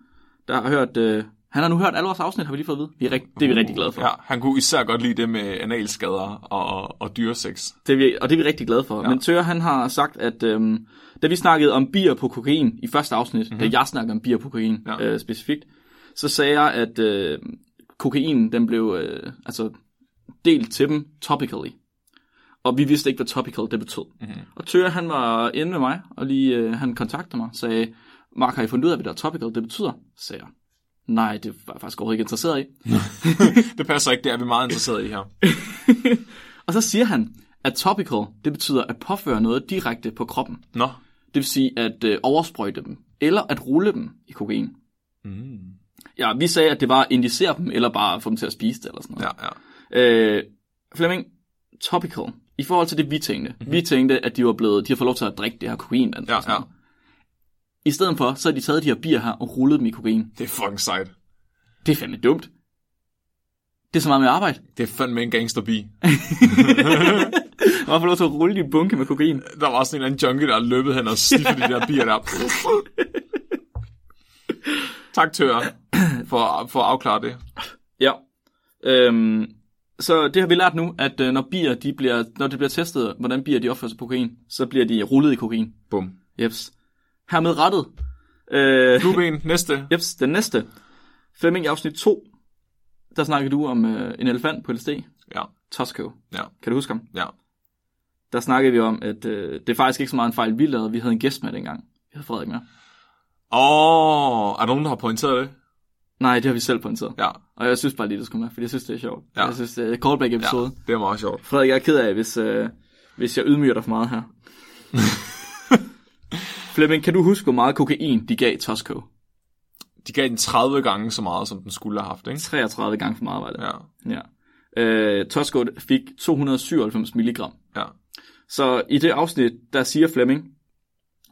S1: der har hørt... Øh, han har nu hørt alle vores afsnit, har vi lige fået at vide. Vi er rigt, det er vi rigtig glade for.
S2: Ja, han kunne især godt lide det med analskader og, og
S1: *laughs*
S2: dyresex.
S1: Det er vi, og det er vi rigtig glade for. Ja. Men Tøre, han har sagt, at øhm, da vi snakkede om bier på kokain i første afsnit, mm-hmm. da jeg snakkede om bier på kokain ja.
S2: Ja.
S1: øh, specifikt, så sagde jeg, at øh, kokain, den blev øh, altså delt til dem topically. Og vi vidste ikke, hvad topical det betød. Mm-hmm. Og Tøre, han var inde med mig, og lige øh, han kontaktede mig og sagde, Mark, har I fundet ud af, hvad der topical det betyder? sagde jeg. Nej, det var jeg faktisk overhovedet ikke interesseret i.
S2: Det passer ikke, det er vi meget interesserede i her.
S1: Og så siger han, Atopical, det betyder at påføre noget direkte på kroppen.
S2: Nå.
S1: Det vil sige at øh, oversprøjte dem, eller at rulle dem i kokain.
S2: Mm.
S1: Ja, vi sagde, at det var at indicere dem, eller bare få dem til at spise det, eller sådan noget.
S2: Ja, ja.
S1: Øh, Flemming, topical. I forhold til det, vi tænkte. Mm-hmm. Vi tænkte, at de var blevet, de har fået lov til at drikke det her kokain.
S2: Mhm. Ja, ja.
S1: I stedet for, så har de taget de her bier her og rullet dem i kokain.
S2: Det er fucking sejt.
S1: Det er fandme dumt. Det er så meget med arbejde.
S2: Det er fandme en gangsterbi.
S1: Man får lov til at rulle din bunke med kokain.
S2: Der var sådan en eller anden junkie, der løbet hen og sniffede de der bier der. tak, Tør, for, for at afklare det.
S1: Ja. Øhm, så det har vi lært nu, at øh, når bier, de bliver, når det bliver testet, hvordan bier de opfører sig på kokain, så bliver de rullet i kokain.
S2: Bum.
S1: Jeps. Hermed rettet. Øh,
S2: Flueben, næste.
S1: jeps, den næste. Flemming i afsnit 2, der snakkede du om øh, en elefant på LSD.
S2: Ja,
S1: Tosco.
S2: ja,
S1: Kan du huske ham?
S2: ja.
S1: Der snakkede vi om, at øh, det er faktisk ikke så meget en fejl, vi lavede. Vi havde en gæst med dengang. Vi havde Frederik med.
S2: Åh, oh, er der nogen, der har pointeret det?
S1: Nej, det har vi selv pointeret.
S2: Ja,
S1: Og jeg synes bare lige, det skulle med, fordi jeg synes, det er sjovt.
S2: Ja.
S1: Jeg synes, det er et callback-episode. Ja.
S2: det er meget sjovt.
S1: Frederik, jeg er ked af, hvis, øh, hvis jeg ydmyger dig for
S2: *laughs*
S1: meget her. Flemming, kan du huske, hvor meget kokain de gav Tosco?
S2: De gav den 30 gange så meget, som den skulle have haft, ikke?
S1: 33 gange for meget var det.
S2: Ja,
S1: Ja. Øh, Tosco fik 297 milligram.
S2: ja.
S1: Så i det afsnit, der siger Flemming,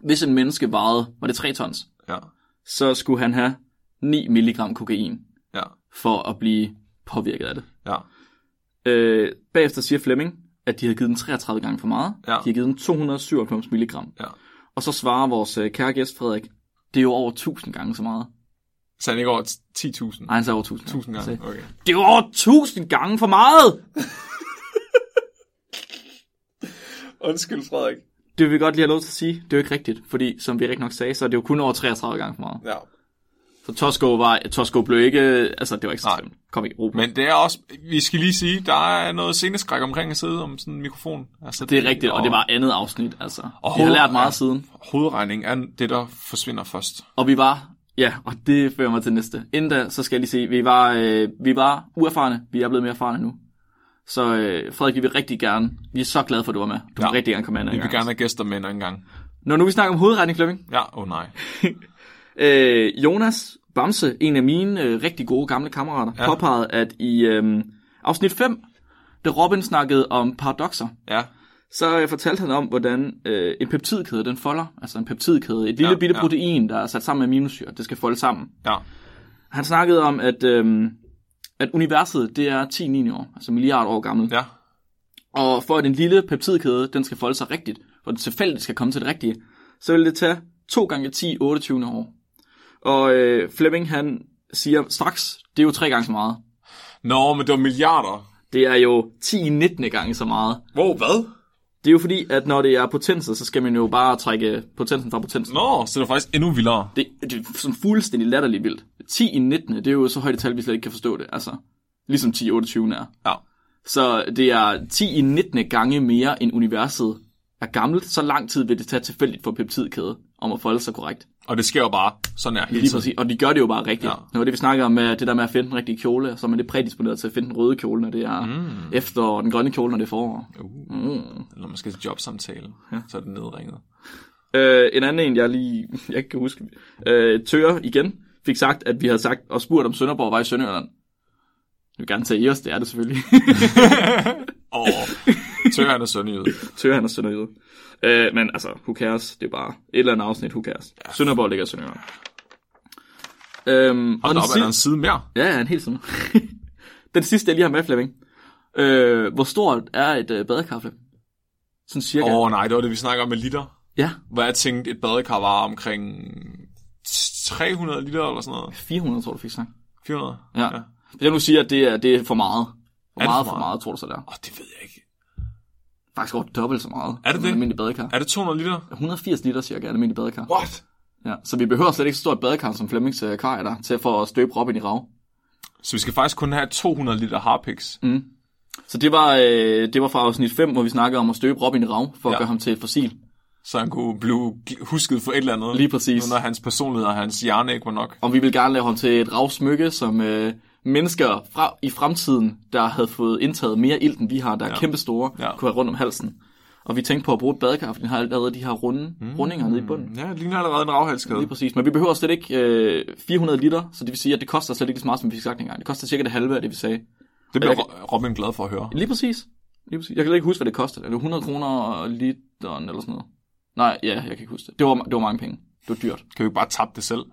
S1: hvis en menneske vejede, var det 3 tons,
S2: Ja,
S1: så skulle han have 9 milligram kokain
S2: ja,
S1: for at blive påvirket af det.
S2: ja,
S1: Øh, bagefter siger Flemming, at de har givet den 33 gange for meget.
S2: Ja.
S1: De har givet den 297 milligram.
S2: ja.
S1: Og så svarer vores øh, kære gæst Frederik, det er jo over 1000 gange så meget.
S2: Så han ikke over 10.000?
S1: Nej, han sagde over 1000 gange.
S2: 1000
S1: Så-
S2: gange, okay.
S1: Det er jo over 1000 gange for meget!
S2: Undskyld, Frederik.
S1: Det vil vi godt lige have lov til at sige. Det er jo ikke rigtigt, fordi som vi rigtig nok sagde, så er det jo kun over 33 gange for meget.
S2: Ja.
S1: Så Tosco var, Tosco blev ikke, altså det var ikke så
S2: Nej.
S1: slemt. Kom ikke, ro.
S2: Men det er også, vi skal lige sige, der er noget sceneskræk omkring at sidde om sådan en mikrofon. Altså,
S1: Det er rigtigt, og det var andet afsnit, altså.
S2: Og
S1: vi har
S2: hoved-
S1: lært meget
S2: ja.
S1: siden,
S2: Hovedregning er det, der forsvinder først.
S1: og vi var, ja, og det fører mig til næste. Inden da, så skal jeg lige se, vi var, øh, vi var uerfarne, vi er blevet mere erfarne nu. Så øh, Frederik, vi vil rigtig gerne, vi er så glade for, at du var med. Du ja.
S2: Ja.
S1: vil rigtig gerne komme med en
S2: Vi
S1: anden
S2: vil
S1: gang.
S2: gerne have gæster med en anden gang.
S1: Når nu vi snakker om hovedregning, Flemming.
S2: Ja, åh oh, nej.
S1: Øh, Jonas Bamse, en af mine øh, rigtig gode gamle kammerater, ja.
S2: Ja.
S1: påpegede, at i øh, afsnit 5, da Robin snakkede om paradoxer,
S2: Ja,
S1: så øh, fortalte han om, hvordan øh, en peptidkæde, den folder. Altså en peptidkæde, et lille ja,
S2: Ja,
S1: bitte ja.
S2: ja.
S1: protein, der er sat sammen med aminosyre. Det skal folde sammen.
S2: ja,
S1: Han snakkede om, at, øh, at universet, det er 10-9 år, altså milliard år gammel. Ja.
S2: ja,
S1: Og for at en lille peptidkæde, den skal folde sig rigtigt, for at den tilfældigt skal komme til det rigtige, så vil det tage 2 gange 10, 28 år. Og øh, Fleming, han siger straks, det er jo tre gange så meget.
S2: Nå, men det var milliarder.
S1: Det er jo 10-19 gange så meget.
S2: Wow, hvad?
S1: Det er jo fordi, at når det er potenser, så skal man jo bare trække potensen fra potensen.
S2: Nå, så det var faktisk endnu vildere.
S1: Det, det er sådan fuldstændig latterligt vildt. 10 i 19, det er jo så højt et tal, vi slet ikke kan forstå det. Altså, ligesom 10 i 28 er.
S2: Ja,
S1: Så det er 10 i 19 gange mere, end universet er gammelt. Så lang tid vil det tage tilfældigt for peptidkæde om at folde sig korrekt.
S2: og det sker jo bare sådan her hele
S1: Lige
S2: tiden.
S1: præcis. Og de gør det jo bare rigtigt. Ja.
S2: Ja.
S1: Det var det, vi snakker om med det der med at finde den rigtige kjole. Så er man det prædisponeret til at finde den røde kjole, når det er mm. efter, og den grønne kjole, når det er forår.
S2: Når man skal Uh. til jobsamtale, Mm. ja. så er det nedringet.
S1: Øh, en anden en, jeg lige *laughs* jeg ikke kan huske. Øh, Tøre igen fik sagt, at vi havde sagt og spurgt, om Sønderborg var i Sønderjylland. Jeg vil gerne tage i os, det er det selvfølgelig.
S2: Åh, tør han er sønderjyde.
S1: Tøre han er Sønderjyde. Øh, men altså, who cares? Det er bare et eller andet afsnit, who cares? Ja. Sønderborg ligger i Sønderjylland. Øhm, og
S2: Hold
S1: den
S2: op, er der en
S1: sidste...
S2: side mere?
S1: Ja, ja, en hel sommer. *laughs* den sidste, jeg lige har med, Flemming. Øh, hvor stort er et øh, badekaffe? Sådan cirka.
S2: Åh oh, nej, det var det, vi snakker om med liter.
S1: Ja,
S2: Hvor jeg tænkte, et badekar var omkring 300 liter eller sådan noget.
S1: 400 tror du, du fik sagt.
S2: 400?
S1: Ja. ja. Hvis jeg nu siger, at det er, det er for meget. For
S2: Er det
S1: meget,
S2: for
S1: for
S2: meget?
S1: meget, tror du så der.
S2: Åh, det ved jeg ikke.
S1: Faktisk over dobbelt så meget.
S2: Er det
S1: som
S2: det?
S1: En almindelig badekar.
S2: Er det 200 liter?
S1: 180 liter cirka er en almindelig badekar.
S2: What?
S1: Ja, så vi behøver slet ikke så stort et badekar, som Flemmings øh, kar er der, til for at støbe Robin i rav.
S2: Så vi skal faktisk kun have 200 liter harpix. Mm.
S1: Så det var, øh, det var fra afsnit 5, hvor vi snakkede om at støbe Robin i rav, for ja. at
S2: Ja.
S1: gøre ham til et fossil.
S2: Så han kunne blive gl- husket for et eller andet.
S1: Lige præcis.
S2: Når hans personlighed og hans hjerne ikke var nok.
S1: Og vi vil gerne lave ham til et ravsmykke, som øh, mennesker fra, i fremtiden, der havde fået indtaget mere ilt, end vi har, der er ja. kæmpestore,
S2: Ja.
S1: ja. kunne være rundt om halsen. Og vi tænkte på at bruge et badekar, fordi den har allerede de her runde mm. rundinger nede i bunden.
S2: Ja, det ligner allerede en ravhalskade.
S1: Lige præcis. Men vi behøver slet ikke øh, 400 liter, så det vil sige, at det koster slet ikke lige så meget, som vi fik sagt engang. Det koster cirka det halve af det, vi sagde.
S2: Det bliver Ro- Robin glad for at høre.
S1: Lige præcis. Lige præcis. Jeg kan ikke huske, hvad det kostede. Er det 100 kroner literen eller sådan noget? Nej, ja, jeg kan ikke huske det. Det var, det var mange penge. Det var dyrt.
S2: Kan vi ikke bare tabe det selv?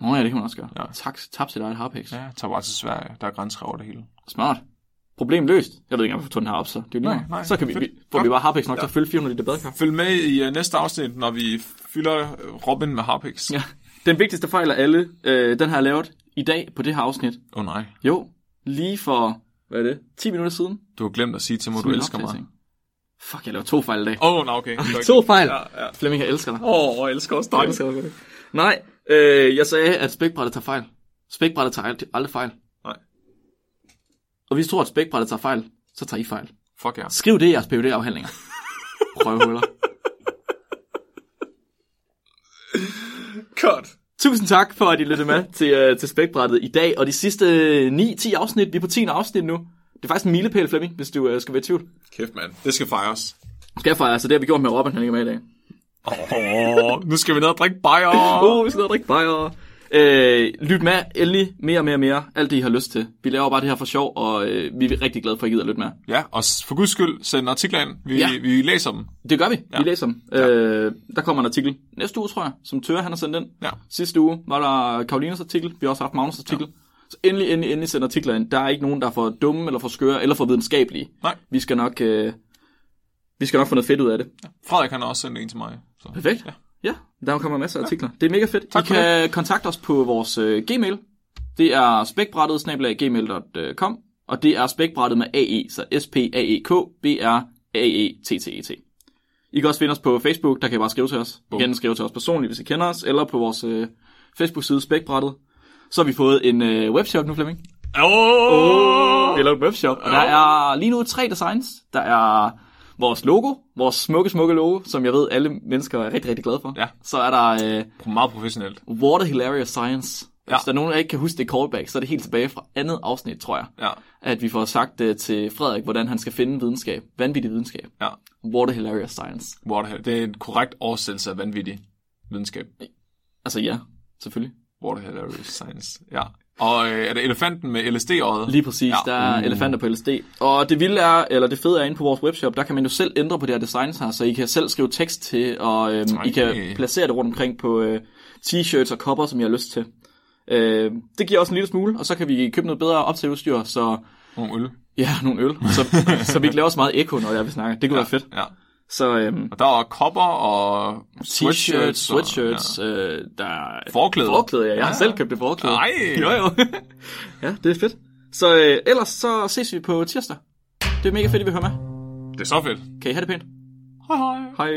S1: Nå ja, det kan man også gøre.
S2: Ja.
S1: Ja. Tak, tab til dig et harpex. Ja.
S2: Ja, tager bare til Sverige. Der er grænser over det hele.
S1: Smart. Problem løst. Jeg ved ikke engang, hvorfor jeg tog den her op, så det er jo lige
S2: Nej,
S1: meget.
S2: nej.
S1: Så kan vi, vi
S2: Fedt.
S1: får vi
S2: Godt.
S1: bare harpex nok ja. til at fylde 400 liter badekar.
S2: Følg med i uh, næste afsnit, når vi fylder øh, Robin med harpiks. Åh
S1: Ja. Den vigtigste fejl af alle, øh, den har jeg lavet i dag på det her afsnit.
S2: oh, nej,
S1: Jo, lige for, hvad er det, 10 minutter siden.
S2: du har glemt at sige til mig, du
S1: Min
S2: elsker mig.
S1: opdatering. Fuck, jeg laver to fejl i dag.
S2: Åh, oh, nej, okay. Det var
S1: To
S2: ikke-
S1: fejl.
S2: Ja, ja.
S1: Flemming, jeg elsker dig.
S2: Åh, oh, jeg elsker også dig.
S1: elsker dig. Nej, øh, jeg sagde, at spækbrættet tager fejl. Spækbrættet tager aldrig- aldrig fejl.
S2: Nej.
S1: Og hvis I tror, at spækbrættet tager fejl, så tager I fejl.
S2: Fuck ja.
S1: Skriv det i jeres phd afhandlinger Røvhuller.
S2: Cut.
S1: Tusind tak for, at I lyttede med til, øh, til spækbrættet i dag. Og de sidste øh, 9-10 afsnit, vi er på 10. afsnit nu. Det er faktisk en milepæl, Flemming, hvis du øh, skal være i tvivl.
S2: Kæft, mand. Det skal fejres.
S1: Skal jeg fejre, altså det har vi gjort med Robin, han er ikke med i dag.
S2: Åh, oh, nu skal vi ned og drikke bajer.
S1: Åh, oh, vi sidder og drikker bajer. Øh, lyt med, endelig mere og mere og mere. Alt det, I har lyst til. Vi laver bare det her for sjov, og øh, vi er rigtig glade for, at I gider at lytte med.
S2: Ja, og s- for guds skyld, send artikler ind. Vi, ja.
S1: Ja.
S2: vi læser dem.
S1: Det gør vi. Ja. Vi læser dem. Ja. Øh, der kommer en artikel næste uge, tror jeg, som Tøre han har sendt ind.
S2: Ja.
S1: Sidste uge var der Karolines artikel. Vi har også haft Magnus artikel. Ja. Så endelig, endelig, endelig send artikler ind. Der er ikke nogen, der er for dumme, eller for skøre, eller for videnskabelige.
S2: Nej.
S1: Vi skal nok... Øh, vi skal nok få noget fedt ud af det.
S2: Frederik han har også sendt en til mig. Så.
S1: Perfekt. Ja. ja, der kommer masser af artikler. Det er mega fedt.
S2: Tak
S1: I
S2: for
S1: kan det. kontakte os på vores øh, gmail. Det er spækbrættet snabel-a gmail.com og det er spækbrættet med AE, så s p a e k b r a e t t e t I kan også finde os på Facebook, der kan I bare skrive til os. I kan enten skrive til os personligt, hvis I kender os, eller på vores øh, Facebook-side Spækbrættet. Så har vi fået en øh, webshop nu, Flemming.
S2: Åh!
S1: Vi har lavet en webshop, og der er lige nu tre designs. Der er vores logo, vores smukke, smukke logo, som jeg ved, alle mennesker er rigtig, rigtig glade for.
S2: Ja.
S1: Så er der øh,
S2: Meget professionelt.
S1: Water Hilarious Science.
S2: Ja.
S1: Ja. Hvis der er nogen, der ikke kan huske det callback, så er det helt tilbage fra andet afsnit, tror jeg.
S2: Ja,
S1: At vi får sagt øh, til Frederik, hvordan han skal finde videnskab. Vanvittig videnskab.
S2: ja.
S1: Water Hilarious Science.
S2: Waterhead. Det er en korrekt oversættelse af vanvittig videnskab.
S1: Altså ja, selvfølgelig.
S2: Waterhead er science. Ja. Og øh, er det elefanten med LSD-øjet?
S1: Lige præcis, ja.
S2: Ja.
S1: der er elefanter på LSD. Og det vilde er, eller det fede er inde på vores webshop, der kan man jo selv ændre på det her design her, så I kan selv skrive tekst til, og øhm, I
S2: Okay.
S1: kan placere det rundt omkring på øh, t-shirts og kopper, som I har lyst til. Øh, det giver også en lille smule, og så kan vi købe noget bedre optageudstyr, så
S2: Nogle øl.
S1: ja, *laughs* nogle øl, så, så vi ikke laver så meget ekko, når det er, vi snakker. Det kunne ja. være fedt.
S2: Ja.
S1: Så øhm,
S2: Og der er kopper og
S1: t-shirts,
S2: sweatshirts.
S1: sweatshirts, øh, der er
S2: Forklæder.
S1: forklæder, ja. Jeg har
S2: Ja.
S1: selv købt det forklæde.
S2: Og... Ej!
S1: *laughs* Jo, jo. ja, det er fedt. Så øh, ellers så ses vi på tirsdag. Det er mega fedt, at vi hører med.
S2: Det er så fedt.
S1: Kan I have det pænt?
S2: Hej hej.
S1: Hej.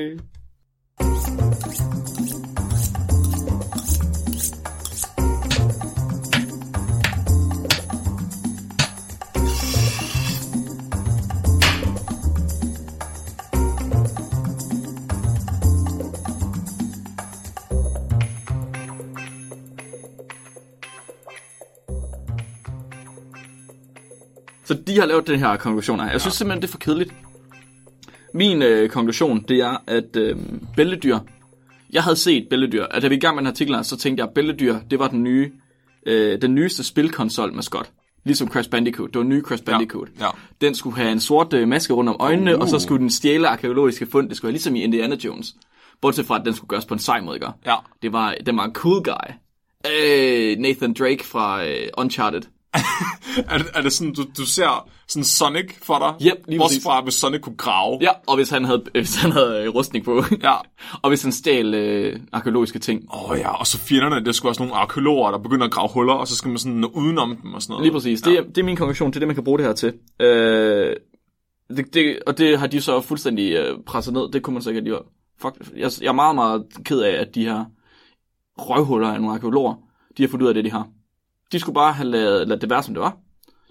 S1: Så de har lavet den her konklusion. Jeg synes simpelthen, det er for kedeligt. Min øh, konklusion, det er, at øh, bæltedyr... Jeg havde set bæltedyr, og da vi i gang med den artikel, her, så tænkte jeg, at bæltedyr, det var den nye, øh, den nyeste spilkonsol med Scott. Ligesom Crash Bandicoot. Det var den nye Crash Bandicoot.
S2: ja.
S1: Den skulle have en sort øh, maske rundt om øjnene, uh. og så skulle den stjæle arkeologiske fund. Det skulle være ligesom i Indiana Jones. Bortset fra, at den skulle gøres på en sej måde, ikke?
S2: Ja.
S1: Det var, den var en cool guy. Øh, Nathan Drake fra øh, Uncharted.
S2: Er det, er det sådan, du, du ser sådan Sonic for dig?
S1: Yep, lige
S2: Bortset
S1: præcis.
S2: fra, hvis Sonic kunne grave.
S1: Ja, og hvis han havde, *laughs* hvis han havde øh, rustning på.
S2: Ja.
S1: og hvis han stjal øh, arkeologiske ting.
S2: Åh oh, ja, og så fjenderne, det skulle også nogle arkeologer, der begynder at grave huller, og så skal man sådan nå udenom dem og sådan noget.
S1: Lige præcis. Det, er, det er min konklusion. Det er det, man kan bruge det her til. Øh, det, det, og det har de så fuldstændig øh, presset ned. Det kunne man sikkert lige... Fuck, jeg, jeg er meget, meget ked af, at de her røvhuller af nogle arkeologer, de har fundet ud af det, de har. De skulle bare have lavet, ladet det være, som det var.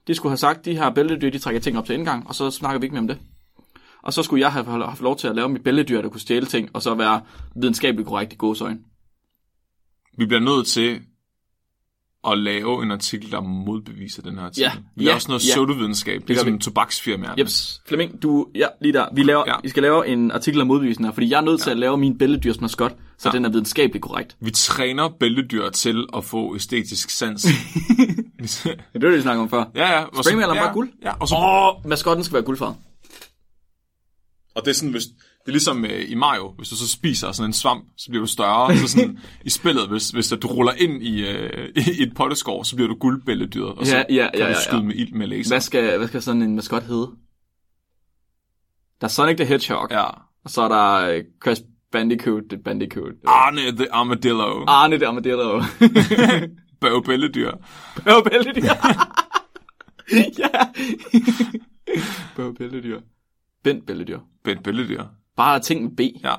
S1: De skulle have sagt, de her bæltedyr, de trækker ting op til indgang, og så snakker vi ikke mere om det. Og så skulle jeg have haft lov til at lave mit bæltedyr, der kunne stjæle ting, og så være videnskabeligt korrekt i gåsøjne.
S2: Vi bliver nødt til at lave en artikel, der modbeviser den her artikel.
S1: Ja,
S2: Vi laver
S1: ja,
S2: sådan noget ligesom
S1: ja.
S2: pseudovidenskab, det er
S1: gør
S2: som tobaksfirmaerne.
S1: Jeps, Flemming, du, ja, lige der. Vi, laver,
S2: Ja.
S1: ja. vi skal lave en artikel om modvisende her, fordi jeg er nødt til at lave min bælledyrs maskot, så ja. den er videnskabeligt korrekt.
S2: Vi træner bæltedyr til at få æstetisk sans.
S1: *laughs* Det er det, vi snakkede om før. Ja.
S2: ja, ja. og så-
S1: Springmaler
S2: ja,
S1: bare guld?
S2: Ja, og, så,
S1: Og maskotten skal være guldfarvet.
S2: og det er sådan, hvis, det er ligesom øh, i Mario, hvis du så spiser sådan en svamp, så bliver du større. Så sådan, i spillet, hvis, hvis du ruller ind i, øh, *laughs* i et potteskår, så bliver du guldbæltedyr, og så
S1: Ja, ja,
S2: kan
S1: ja,
S2: du
S1: ja, ja.
S2: skyde med ild med laser.
S1: Hvad skal, hvad skal sådan en maskot hedde? Der er Sonic the Hedgehog, ja.
S2: Ja.
S1: og så er der øh, Crash Bandicoot the Bandicoot. Øh,
S2: Arne the Armadillo. Ah.
S1: Arne det Armadillo. *laughs*
S2: Bøv bæltedyr.
S1: Bøv bæltedyr. *laughs* ja. Bøv bæltedyr. Bent bæltedyr.
S2: Bent bæltedyr.
S1: Bare ting med B.
S2: Ja.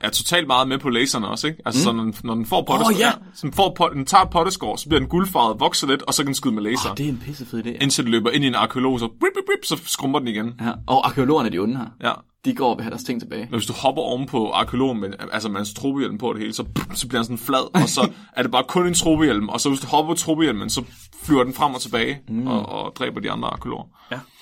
S2: Jeg er totalt meget med på laserne også, ikke? Altså, mm. så når, den- når den får potteskår,
S1: Åh, ja.
S2: så den, får pot, den tager potteskår, så bliver den guldfarvet, vokser lidt, og så kan den skyde med laser.
S1: Oh, det er en pissefed idé.
S2: indtil det løber ind i en arkeolog, så, brip, brip, brip, så skrumper den igen.
S1: Ja. Og arkeologerne er de onde her.
S2: Ja.
S1: De går og vil have deres ting tilbage.
S2: Men hvis du hopper ovenpå arkeologen med, altså med hans tropehjelm på og det hele, så, pum, så bliver han sådan flad, og så er det bare kun en tropehjelm, og så hvis du hopper på tropehjelmen, så flyver den frem og tilbage mm. og, og dræber de andre arkeologer.
S1: Ja.